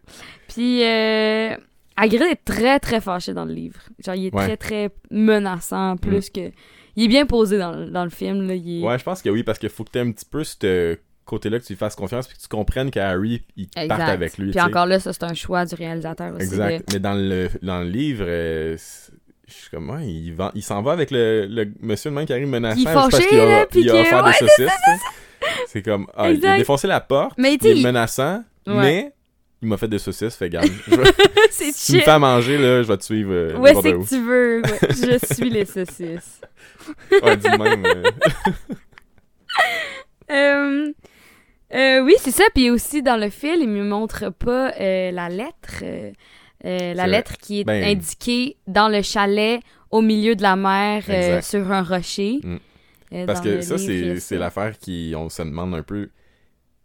[SPEAKER 1] Puis euh, Hagrid est très très fâché dans le livre. Genre il est
[SPEAKER 2] Ouais. Mm.
[SPEAKER 1] très très menaçant plus que. Il est bien posé dans, le- dans le film là. Il est-
[SPEAKER 2] Ouais, je pense que oui, parce qu'il faut que t'aies un petit peu ce côté-là, que tu lui fasses confiance, puis que tu comprennes qu'Harry, il
[SPEAKER 1] Exact.
[SPEAKER 2] parte avec lui.
[SPEAKER 1] Puis
[SPEAKER 2] tu sais.
[SPEAKER 1] encore là, ça c'est un choix du réalisateur aussi. de-
[SPEAKER 2] Exact. Mais dans le, dans le livre, euh, c'est- je suis comme, ouais, il, vend- il s'en va avec le, le monsieur de même qui arrive menaçant.
[SPEAKER 1] Qui est
[SPEAKER 2] juste parce
[SPEAKER 1] fâché,
[SPEAKER 2] qu'il a-
[SPEAKER 1] là, puis
[SPEAKER 2] il a
[SPEAKER 1] que-
[SPEAKER 2] offert
[SPEAKER 1] ouais,
[SPEAKER 2] des saucisses. tu sais. C'est comme, ah, il a
[SPEAKER 1] Exact.
[SPEAKER 2] défoncé la porte,
[SPEAKER 1] Mais
[SPEAKER 2] il
[SPEAKER 1] tu sais,
[SPEAKER 2] est
[SPEAKER 1] il-
[SPEAKER 2] menaçant,
[SPEAKER 1] Ouais.
[SPEAKER 2] mais il m'a fait des saucisses, fait garde. je vais-
[SPEAKER 1] c'est
[SPEAKER 2] Si tu me
[SPEAKER 1] chill.
[SPEAKER 2] fais à manger, là, je vais te suivre euh,
[SPEAKER 1] Ouais,
[SPEAKER 2] n'importe
[SPEAKER 1] c'est
[SPEAKER 2] où.
[SPEAKER 1] que tu veux. Ouais, je suis les saucisses.
[SPEAKER 2] Ouais, du même. euh,
[SPEAKER 1] Euh, euh, oui, c'est ça. Puis aussi, dans le film, il me montre pas euh, la lettre. euh, euh, la
[SPEAKER 2] C'est-
[SPEAKER 1] lettre qui est
[SPEAKER 2] ben-
[SPEAKER 1] indiquée dans le chalet au milieu de la mer euh,
[SPEAKER 2] Exact.
[SPEAKER 1] sur un rocher.
[SPEAKER 2] Mm.
[SPEAKER 1] Euh,
[SPEAKER 2] Parce
[SPEAKER 1] dans
[SPEAKER 2] que
[SPEAKER 1] le
[SPEAKER 2] ça,
[SPEAKER 1] livre, il y a
[SPEAKER 2] c'est
[SPEAKER 1] ça.
[SPEAKER 2] c'est l'affaire qui, on se demande un peu,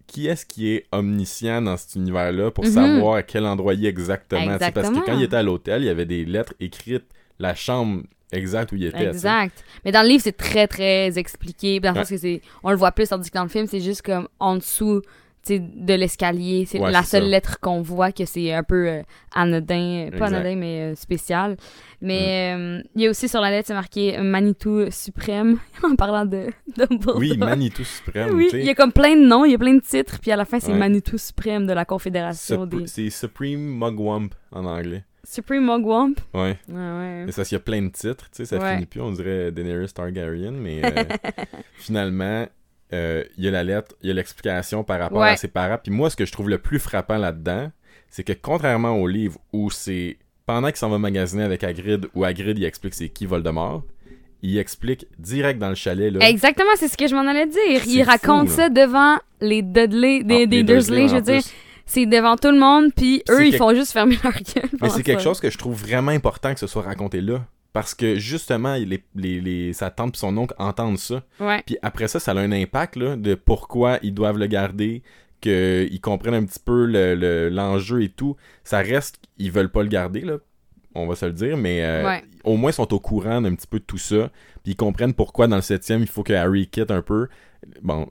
[SPEAKER 2] qui est-ce qui est omniscient dans cet univers-là pour
[SPEAKER 1] Mhm.
[SPEAKER 2] savoir à quel endroit il est exactement? tu sais, Parce que quand
[SPEAKER 1] Exactement.
[SPEAKER 2] il était à l'hôtel, il y avait des lettres écrites, la chambre exacte où il était. tu sais.
[SPEAKER 1] Exact. Mais dans le livre, c'est très, très expliqué. Dans le sens que c'est, on le voit plus, tandis que dans le film, c'est juste comme en dessous tu sais, de l'escalier. C'est
[SPEAKER 2] Ouais,
[SPEAKER 1] la
[SPEAKER 2] c'est
[SPEAKER 1] seule
[SPEAKER 2] ça.
[SPEAKER 1] lettre qu'on voit que c'est un peu euh, anodin. Pas
[SPEAKER 2] Exact.
[SPEAKER 1] anodin, mais euh, spécial. Mais euh, il y a aussi sur la lettre, c'est marqué Manitou suprême en parlant de Dumbledore.
[SPEAKER 2] Oui, Manitou suprême.
[SPEAKER 1] Oui,
[SPEAKER 2] tu sais.
[SPEAKER 1] il y a comme plein de noms, il y a plein de titres, puis à la fin, c'est
[SPEAKER 2] Ouais.
[SPEAKER 1] Manitou suprême de la Confédération
[SPEAKER 2] Supr-
[SPEAKER 1] des...
[SPEAKER 2] C'est Supreme Mugwump en anglais.
[SPEAKER 1] Supreme Mogwamp.
[SPEAKER 2] Ouais.
[SPEAKER 1] Ouais, ouais.
[SPEAKER 2] Mais ça, s'il y a plein de titres, tu sais, ça
[SPEAKER 1] Mm-hmm. Ouais.
[SPEAKER 2] finit plus, on dirait Daenerys Targaryen, mais euh, finalement, euh, il y a la lettre, il y a l'explication par rapport
[SPEAKER 1] Ouais.
[SPEAKER 2] à ses parents. Puis moi, ce que je trouve le plus frappant là-dedans, c'est que contrairement au livre où c'est pendant qu'il s'en va magasiner avec Hagrid, où Hagrid, il explique c'est qui Voldemort, il explique direct dans le chalet, là.
[SPEAKER 1] Exactement, c'est ce que je m'en allais dire.
[SPEAKER 2] C'est
[SPEAKER 1] Il raconte
[SPEAKER 2] fou, là.
[SPEAKER 1] ça devant les Dudley,
[SPEAKER 2] Ah,
[SPEAKER 1] des,
[SPEAKER 2] les
[SPEAKER 1] des
[SPEAKER 2] Dursley,
[SPEAKER 1] Dursley,
[SPEAKER 2] en
[SPEAKER 1] je veux
[SPEAKER 2] plus.
[SPEAKER 1] dire. C'est devant tout le monde, puis
[SPEAKER 2] C'est
[SPEAKER 1] eux, ils
[SPEAKER 2] quelque-
[SPEAKER 1] font juste fermer leur gueule.
[SPEAKER 2] Mais
[SPEAKER 1] pendant
[SPEAKER 2] c'est quelque
[SPEAKER 1] Oh, ça.
[SPEAKER 2] chose que je trouve vraiment important que ce soit raconté là. Parce que justement, les, les, les- sa tante et son oncle entendent ça.
[SPEAKER 1] Ouais.
[SPEAKER 2] Puis après ça, ça a un impact là, de pourquoi ils doivent le garder, qu'ils comprennent un petit peu le- le- l'enjeu et tout. Ça reste, ils veulent pas le garder, là, on va se le dire, mais euh,
[SPEAKER 1] Ouais.
[SPEAKER 2] au moins ils sont au courant d'un petit peu de tout ça. Puis ils comprennent pourquoi dans le septième, il faut que Harry quitte un peu. Bon,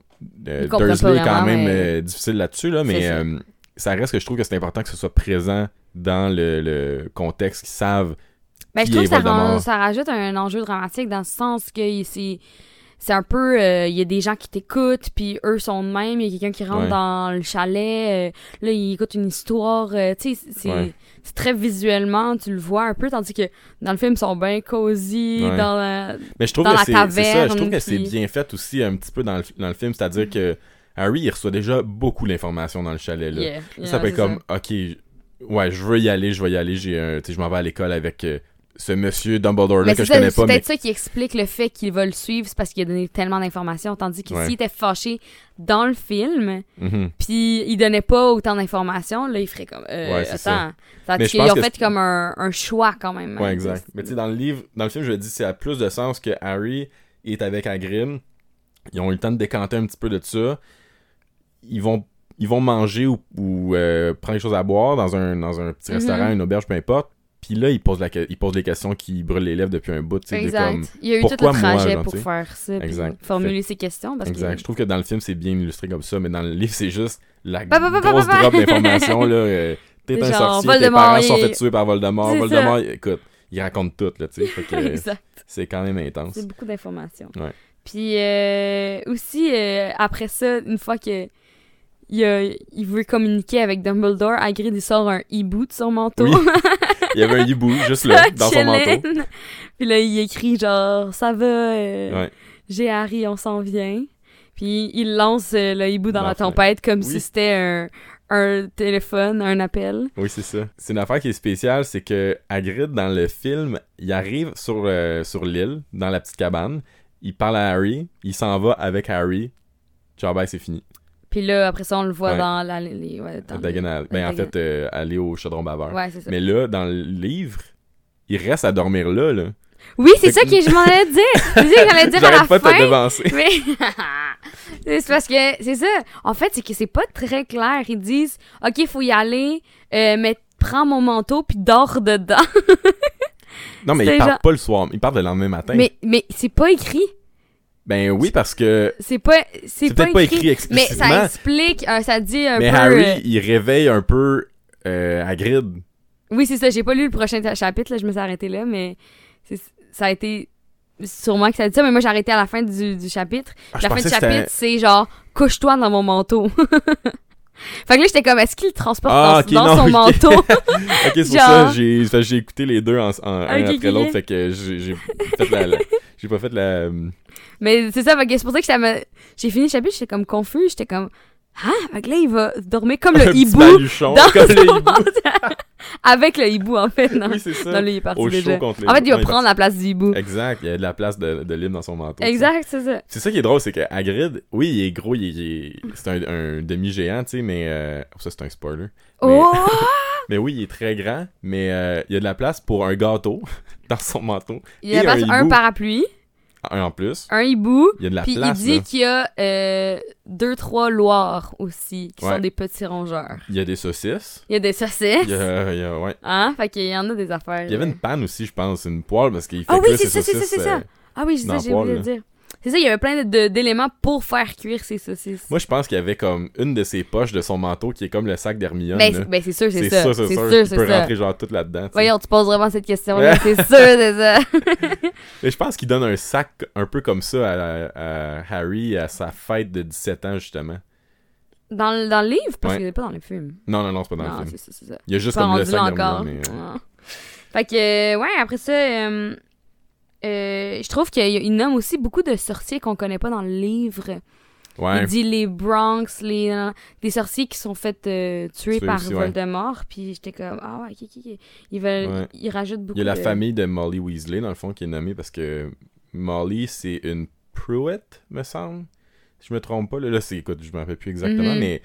[SPEAKER 2] euh,
[SPEAKER 1] Ils comprennent pas
[SPEAKER 2] Dursley est quand
[SPEAKER 1] vraiment,
[SPEAKER 2] même
[SPEAKER 1] mais-
[SPEAKER 2] euh, difficile là-dessus, là, mais
[SPEAKER 1] C'est ça.
[SPEAKER 2] euh, ça reste que je trouve que c'est important que ce soit présent dans le, le contexte, qu'ils savent
[SPEAKER 1] Ben, je
[SPEAKER 2] qui
[SPEAKER 1] trouve
[SPEAKER 2] est
[SPEAKER 1] que ça,
[SPEAKER 2] Voldemort.
[SPEAKER 1] rend- ça rajoute un enjeu dramatique dans le sens que il- c'est. c'est un peu euh, il y a des gens qui t'écoutent puis eux sont de même il y a quelqu'un qui rentre
[SPEAKER 2] Ouais.
[SPEAKER 1] dans le chalet euh, là il écoute une histoire euh, tu sais c'est
[SPEAKER 2] Ouais.
[SPEAKER 1] c'est très visuellement tu le vois un peu tandis que dans le film ils sont bien cosy
[SPEAKER 2] Ouais.
[SPEAKER 1] dans la...
[SPEAKER 2] Mais je trouve
[SPEAKER 1] dans
[SPEAKER 2] que
[SPEAKER 1] la
[SPEAKER 2] c'est c'est ça, je
[SPEAKER 1] caverne,
[SPEAKER 2] trouve que c'est
[SPEAKER 1] puis- Mm.
[SPEAKER 2] bien fait aussi un petit peu dans le, dans le film, c'est-à-dire que Harry, il reçoit déjà beaucoup d'informations dans le chalet. Là.
[SPEAKER 1] Yeah, yeah,
[SPEAKER 2] ça peut
[SPEAKER 1] c'est
[SPEAKER 2] être comme, ok, j- ouais, je veux y aller, je vais y aller, j'ai un, tu sais, je m'en vais à l'école avec euh, ce monsieur Dumbledore là
[SPEAKER 1] Mais
[SPEAKER 2] que
[SPEAKER 1] c'est
[SPEAKER 2] je connais
[SPEAKER 1] ça- c'est
[SPEAKER 2] pas, mais
[SPEAKER 1] peut-être ça qui explique le fait qu'il va le suivre, c'est parce qu'il a donné tellement d'informations. Tandis que
[SPEAKER 2] Ouais.
[SPEAKER 1] s'il était fâché dans le film,
[SPEAKER 2] Mhm.
[SPEAKER 1] puis il donnait pas autant d'informations, là, il ferait comme. Euh,
[SPEAKER 2] Ouais, c'est ça.
[SPEAKER 1] attends. Tandis
[SPEAKER 2] Mais je
[SPEAKER 1] qu'ils
[SPEAKER 2] pense
[SPEAKER 1] ont
[SPEAKER 2] que
[SPEAKER 1] fait
[SPEAKER 2] c'est-
[SPEAKER 1] comme un, un choix quand même. hein.
[SPEAKER 2] ouais, exact. Mais tu sais, dans le livre, dans le film, je dis, c'est à plus de sens que Harry est avec Hagrid, ils ont eu le temps de décanter un petit peu de ça, ils vont ils vont manger ou, ou, euh, prendre des choses à boire dans un, dans un petit
[SPEAKER 1] Mhm.
[SPEAKER 2] restaurant, une auberge, peu importe. Puis là, ils posent, la, que- ils posent des questions qui brûlent les lèvres depuis un bout. tu sais, de
[SPEAKER 1] Exact.
[SPEAKER 2] Comme...
[SPEAKER 1] il y a eu tout
[SPEAKER 2] pourquoi
[SPEAKER 1] le
[SPEAKER 2] moi,
[SPEAKER 1] trajet
[SPEAKER 2] genre,
[SPEAKER 1] pour
[SPEAKER 2] tu sais.
[SPEAKER 1] faire ça, puis
[SPEAKER 2] Exact.
[SPEAKER 1] formuler ses questions. Parce
[SPEAKER 2] Exact. Je
[SPEAKER 1] Que...
[SPEAKER 2] trouve que dans le film, c'est bien illustré comme ça, mais dans le livre, c'est juste la
[SPEAKER 1] Pa, pa, pa, pa,
[SPEAKER 2] grosse
[SPEAKER 1] pa, pa.
[SPEAKER 2] drop d'informations. là, euh, T'es un
[SPEAKER 1] Genre,
[SPEAKER 2] sorcier, tes
[SPEAKER 1] Voldemort,
[SPEAKER 2] parents sont
[SPEAKER 1] il-
[SPEAKER 2] fait tuer par Voldemort.
[SPEAKER 1] C'est
[SPEAKER 2] Voldemort, il- écoute, il raconte tout, là, tu sais. Fait que, euh,
[SPEAKER 1] exact.
[SPEAKER 2] C'est quand même intense.
[SPEAKER 1] C'est beaucoup d'informations.
[SPEAKER 2] Ouais.
[SPEAKER 1] Puis euh, aussi, euh, après ça, une fois que il, a- il veut communiquer avec Dumbledore, Hagrid, il sort un hibou de son manteau.
[SPEAKER 2] Oui, Il y avait un hibou, juste là, dans son manteau.
[SPEAKER 1] Chilling. Puis là, il écrit genre « Ça va, euh,
[SPEAKER 2] Ouais.
[SPEAKER 1] j'ai Harry, on s'en vient. » Puis il lance euh, le hibou dans
[SPEAKER 2] Dans
[SPEAKER 1] la
[SPEAKER 2] la fenêtre.
[SPEAKER 1] tempête comme
[SPEAKER 2] Oui.
[SPEAKER 1] si c'était un, un téléphone, un appel.
[SPEAKER 2] Oui, c'est ça. C'est une affaire qui est spéciale, c'est que Hagrid, dans le film, il arrive sur, euh, sur l'île, dans la petite cabane, il parle à Harry, il s'en va avec Harry. Genre, ben, c'est fini.
[SPEAKER 1] Puis là, après ça, on le voit
[SPEAKER 2] Ouais.
[SPEAKER 1] dans la... les- ouais, dans
[SPEAKER 2] À
[SPEAKER 1] le-
[SPEAKER 2] Diagonal. Ben, en
[SPEAKER 1] Diagonal.
[SPEAKER 2] fait, euh, aller au chaudron baveur.
[SPEAKER 1] Ouais, c'est ça.
[SPEAKER 2] Mais là, dans le livre, il reste à dormir là. là.
[SPEAKER 1] Oui, c'est
[SPEAKER 2] Fait
[SPEAKER 1] ça
[SPEAKER 2] que-
[SPEAKER 1] que je m'en allais dire. C'est ça que j'allais dire à la
[SPEAKER 2] J'arrête pas de
[SPEAKER 1] fin.
[SPEAKER 2] te devancer.
[SPEAKER 1] Mais c'est parce que c'est ça. En fait, c'est que c'est pas très clair. Ils disent OK, faut y aller, euh, mais prends mon manteau puis dors dedans.
[SPEAKER 2] Non, mais
[SPEAKER 1] C'était
[SPEAKER 2] il parle
[SPEAKER 1] genre-
[SPEAKER 2] pas le soir, il parle le lendemain matin.
[SPEAKER 1] Mais mais c'est pas écrit.
[SPEAKER 2] Ben oui, parce que
[SPEAKER 1] C'est pas c'est
[SPEAKER 2] c'est peut-être pas écrit
[SPEAKER 1] Mais
[SPEAKER 2] explicitement.
[SPEAKER 1] ça explique, euh, ça dit un
[SPEAKER 2] Mais
[SPEAKER 1] peu.
[SPEAKER 2] Harry,
[SPEAKER 1] euh,
[SPEAKER 2] il réveille un peu euh, Hagrid.
[SPEAKER 1] Oui, c'est ça. J'ai pas lu le prochain ta- chapitre, là, je me suis arrêtée là, mais c'est- ça a été sûrement que ça dit ça. Mais moi, j'ai arrêté à la fin du, du chapitre.
[SPEAKER 2] Ah, je
[SPEAKER 1] la fin
[SPEAKER 2] pensais
[SPEAKER 1] du
[SPEAKER 2] que c'était-
[SPEAKER 1] chapitre, c'est genre couche-toi dans mon manteau. fait que là, j'étais comme est-ce qu'il le transporte dans,
[SPEAKER 2] Ah, ok,
[SPEAKER 1] dans
[SPEAKER 2] non,
[SPEAKER 1] son
[SPEAKER 2] ok.
[SPEAKER 1] manteau
[SPEAKER 2] Ok, c'est pour
[SPEAKER 1] Genre-
[SPEAKER 2] ça, j'ai fait- j'ai écouté les deux en, en- un
[SPEAKER 1] Ok,
[SPEAKER 2] après
[SPEAKER 1] ok,
[SPEAKER 2] l'autre,
[SPEAKER 1] ok.
[SPEAKER 2] fait que j'ai j'ai fait la... la- J'ai pas fait la...
[SPEAKER 1] Mais c'est ça, fait que c'est pour ça que ça m'a- J'ai fini le chapitre, j'étais comme confus, j'étais comme... Ah, fait que là, il va dormir comme
[SPEAKER 2] un
[SPEAKER 1] le
[SPEAKER 2] petit
[SPEAKER 1] hibou.
[SPEAKER 2] baluchon,
[SPEAKER 1] Dans
[SPEAKER 2] comme le
[SPEAKER 1] son
[SPEAKER 2] hibou.
[SPEAKER 1] manteau. Avec le hibou, en fait, non.
[SPEAKER 2] Oui, c'est ça.
[SPEAKER 1] non, là, il est parti
[SPEAKER 2] Au chaud
[SPEAKER 1] déjà.
[SPEAKER 2] contre les
[SPEAKER 1] En fait, il va
[SPEAKER 2] non, est
[SPEAKER 1] prendre la place du hibou.
[SPEAKER 2] parti. Exact, il y a de la place de, de libre dans son manteau.
[SPEAKER 1] Exact, c'est ça.
[SPEAKER 2] C'est ça qui est drôle, c'est que Hagrid, oui, il est gros, il est- il est- c'est un, un demi-géant, tu sais, mais... euh, oh, ça, c'est un spoiler. Mais-
[SPEAKER 1] Oh!
[SPEAKER 2] Mais oui, il est très grand, mais euh, il y a de la place pour un gâteau dans son manteau.
[SPEAKER 1] Il y a
[SPEAKER 2] Et
[SPEAKER 1] place-
[SPEAKER 2] un
[SPEAKER 1] un,
[SPEAKER 2] hibou.
[SPEAKER 1] parapluie,
[SPEAKER 2] Un en plus.
[SPEAKER 1] un hibou,
[SPEAKER 2] Il y a de la
[SPEAKER 1] puis
[SPEAKER 2] place,
[SPEAKER 1] il
[SPEAKER 2] là.
[SPEAKER 1] dit qu'il y a euh, deux, trois loirs aussi, qui sont
[SPEAKER 2] Ouais.
[SPEAKER 1] des petits rongeurs.
[SPEAKER 2] Il y a des saucisses.
[SPEAKER 1] Il y a des saucisses,
[SPEAKER 2] Il y a, il y a- ouais.
[SPEAKER 1] hein? Fait qu'il y en a des affaires.
[SPEAKER 2] Il y avait
[SPEAKER 1] là.
[SPEAKER 2] une panne aussi, je pense, une poêle, parce qu'il fait
[SPEAKER 1] Ah oui,
[SPEAKER 2] cuire
[SPEAKER 1] c'est ça,
[SPEAKER 2] ses
[SPEAKER 1] c'est ça,
[SPEAKER 2] saucisses,
[SPEAKER 1] c'est ça.
[SPEAKER 2] euh,
[SPEAKER 1] Ah oui, c'est
[SPEAKER 2] dans
[SPEAKER 1] ça,
[SPEAKER 2] la
[SPEAKER 1] j'ai
[SPEAKER 2] poêle,
[SPEAKER 1] oublié de
[SPEAKER 2] là.
[SPEAKER 1] dire. C'est ça, il y avait plein de- de- d'éléments pour faire cuire ces saucisses.
[SPEAKER 2] Moi, je pense qu'il y avait comme une de ses poches de son manteau qui est comme le sac d'Hermione.
[SPEAKER 1] Ben,
[SPEAKER 2] là.
[SPEAKER 1] c'est- ben, c'est sûr, c'est
[SPEAKER 2] c'est
[SPEAKER 1] ça.
[SPEAKER 2] sûr,
[SPEAKER 1] C'est
[SPEAKER 2] c'est sûr.
[SPEAKER 1] sûr,
[SPEAKER 2] Il peut
[SPEAKER 1] c'est ça.
[SPEAKER 2] rentrer genre tout là-dedans. tu sais.
[SPEAKER 1] Voyons, tu poses vraiment cette question-là. c'est sûr, c'est ça.
[SPEAKER 2] Mais je pense qu'il donne un sac un peu comme ça à, à Harry à sa fête de 17 ans, justement.
[SPEAKER 1] Dans le, dans le livre, parce
[SPEAKER 2] Ouais.
[SPEAKER 1] que c'est pas dans le film.
[SPEAKER 2] Non, non, non, c'est pas dans
[SPEAKER 1] non,
[SPEAKER 2] le film.
[SPEAKER 1] c'est ça, c'est ça.
[SPEAKER 2] Il y a juste
[SPEAKER 1] Pas
[SPEAKER 2] comme le
[SPEAKER 1] rendu
[SPEAKER 2] sac
[SPEAKER 1] là encore.
[SPEAKER 2] d'Hermione. mais, euh,
[SPEAKER 1] Ah. Fait que, euh, ouais, après ça, euh, euh, je trouve qu'il y a- il nomme aussi beaucoup de sorciers qu'on connaît pas dans le livre.
[SPEAKER 2] euh, Ouais.
[SPEAKER 1] Il dit les Bronx, les euh, des sorciers qui sont faits euh, tuer
[SPEAKER 2] Tuer
[SPEAKER 1] par
[SPEAKER 2] aussi, ouais.
[SPEAKER 1] Voldemort. Puis j'étais comme ah ouais, qui, qui, qui. ils veulent,
[SPEAKER 2] Ouais.
[SPEAKER 1] ils rajoutent beaucoup.
[SPEAKER 2] Il y a la
[SPEAKER 1] de-
[SPEAKER 2] famille de Molly Weasley, dans le fond, qui est nommée parce que Molly, c'est une Pruitt, me semble. Si je me trompe pas, là, là, c'est, écoute, je me rappelle plus exactement,
[SPEAKER 1] Mhm.
[SPEAKER 2] mais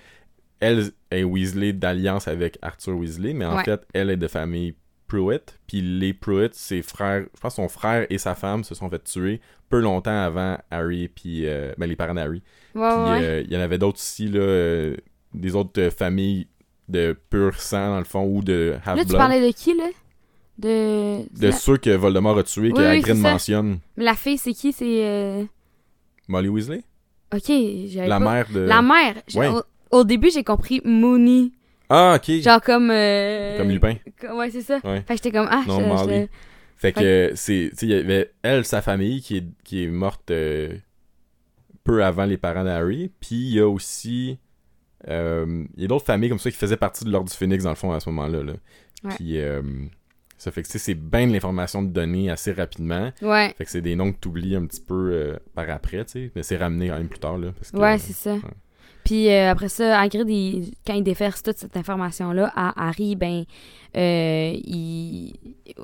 [SPEAKER 2] elle est Weasley d'alliance avec Arthur Weasley, mais en
[SPEAKER 1] Ouais.
[SPEAKER 2] fait, elle est de famille Pruitt, puis les Pruitt, ses frères, je pense son frère et sa femme se sont fait tuer peu longtemps avant Harry, puis, euh, ben, les parents d'Harry.
[SPEAKER 1] Ouais,
[SPEAKER 2] Puis
[SPEAKER 1] Oh, ouais.
[SPEAKER 2] euh, il y en avait d'autres aussi, là, euh, des autres euh, familles de pur sang, dans le fond, ou de
[SPEAKER 1] Là, tu
[SPEAKER 2] half-blood.
[SPEAKER 1] parlais de qui, là? De...
[SPEAKER 2] euh, De
[SPEAKER 1] la...
[SPEAKER 2] ceux que Voldemort a tués, que
[SPEAKER 1] Oui, oui,
[SPEAKER 2] Hagrid
[SPEAKER 1] c'est ça.
[SPEAKER 2] mentionne.
[SPEAKER 1] Mais la fille, c'est qui? C'est... euh,
[SPEAKER 2] Molly Weasley?
[SPEAKER 1] OK, j'avais
[SPEAKER 2] La
[SPEAKER 1] pas-
[SPEAKER 2] mère de...
[SPEAKER 1] Ben, La mère. J'ai-
[SPEAKER 2] Ouais.
[SPEAKER 1] Au, au début, j'ai compris Mooney.
[SPEAKER 2] Ah, ok.
[SPEAKER 1] Genre comme... euh,
[SPEAKER 2] Comme Lupin.
[SPEAKER 1] co- Ouais, c'est ça.
[SPEAKER 2] Ouais.
[SPEAKER 1] Fait que j'étais comme... Ah,
[SPEAKER 2] Non,
[SPEAKER 1] je-
[SPEAKER 2] Molly.
[SPEAKER 1] je-
[SPEAKER 2] Fait que, euh, c'est... Tu sais, il y avait elle, sa famille, qui est, qui est morte... euh, peu avant les parents d'Harry. Puis il y a aussi. euh, il y a d'autres familles comme ça qui faisaient partie de l'Ordre du Phoenix, dans le fond, à ce moment-là. là.
[SPEAKER 1] Ouais.
[SPEAKER 2] Puis euh, ça fait que tu sais, c'est bien de l'information de donner assez rapidement.
[SPEAKER 1] Ouais,
[SPEAKER 2] Fait que c'est des noms que tu oublies un petit peu euh, par après, tu sais. Mais c'est ramené quand même plus tard, là. parce que-
[SPEAKER 1] ouais, c'est ça.
[SPEAKER 2] ouais.
[SPEAKER 1] Puis euh, après ça, Hagrid, il- quand il déverse toute cette information-là à Harry, ben, euh, il...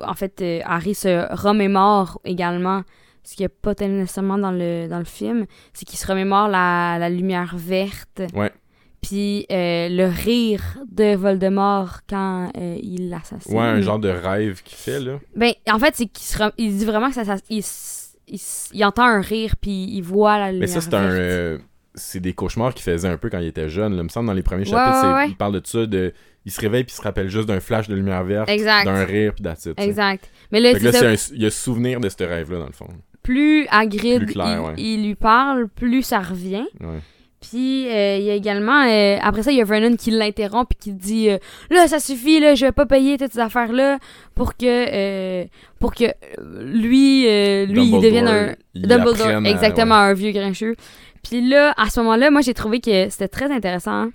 [SPEAKER 1] en fait, euh, Harry se remémore également, ce qu'il n'y a pas tellement nécessairement dans le, dans le film, c'est qu'il se remémore la, la lumière verte.
[SPEAKER 2] Ouais.
[SPEAKER 1] Puis euh, le rire de Voldemort quand euh, il l'assassine.
[SPEAKER 2] Ouais, un genre de rêve qu'il fait, là.
[SPEAKER 1] Ben, en fait, c'est qu'il se rem- il dit vraiment que ça, ça- il, s- il s- il entend un rire, puis il voit la lumière
[SPEAKER 2] Mais ça, c'est un.
[SPEAKER 1] verte.
[SPEAKER 2] euh, c'est des cauchemars qu'il faisait un peu quand il était jeune. Là. Il me semble dans les premiers
[SPEAKER 1] Ouais,
[SPEAKER 2] chapitres, c'est-
[SPEAKER 1] ouais, ouais.
[SPEAKER 2] il parle de ça. De... Il se réveille puis il se rappelle juste d'un flash de lumière verte,
[SPEAKER 1] Exact.
[SPEAKER 2] d'un rire puis d'attitude.
[SPEAKER 1] Exact. Mais là, c'est
[SPEAKER 2] là,
[SPEAKER 1] ça,
[SPEAKER 2] c'est un- il y a souvenir de ce rêve-là, dans le fond.
[SPEAKER 1] plus Hagrid
[SPEAKER 2] Plus clair,
[SPEAKER 1] il,
[SPEAKER 2] ouais.
[SPEAKER 1] il lui parle, plus ça revient.
[SPEAKER 2] Ouais.
[SPEAKER 1] Puis euh, il y a également euh, après ça il y a Vernon qui l'interrompt puis qui dit euh, là ça suffit là, je vais pas payer toutes ces affaires là pour que euh, pour que euh, lui euh, lui il
[SPEAKER 2] Dumbledore,
[SPEAKER 1] devienne un
[SPEAKER 2] il
[SPEAKER 1] Dumbledore
[SPEAKER 2] apprenne à-
[SPEAKER 1] exactement un vieux grincheux. Puis là à ce moment-là, moi j'ai trouvé que c'était très intéressant.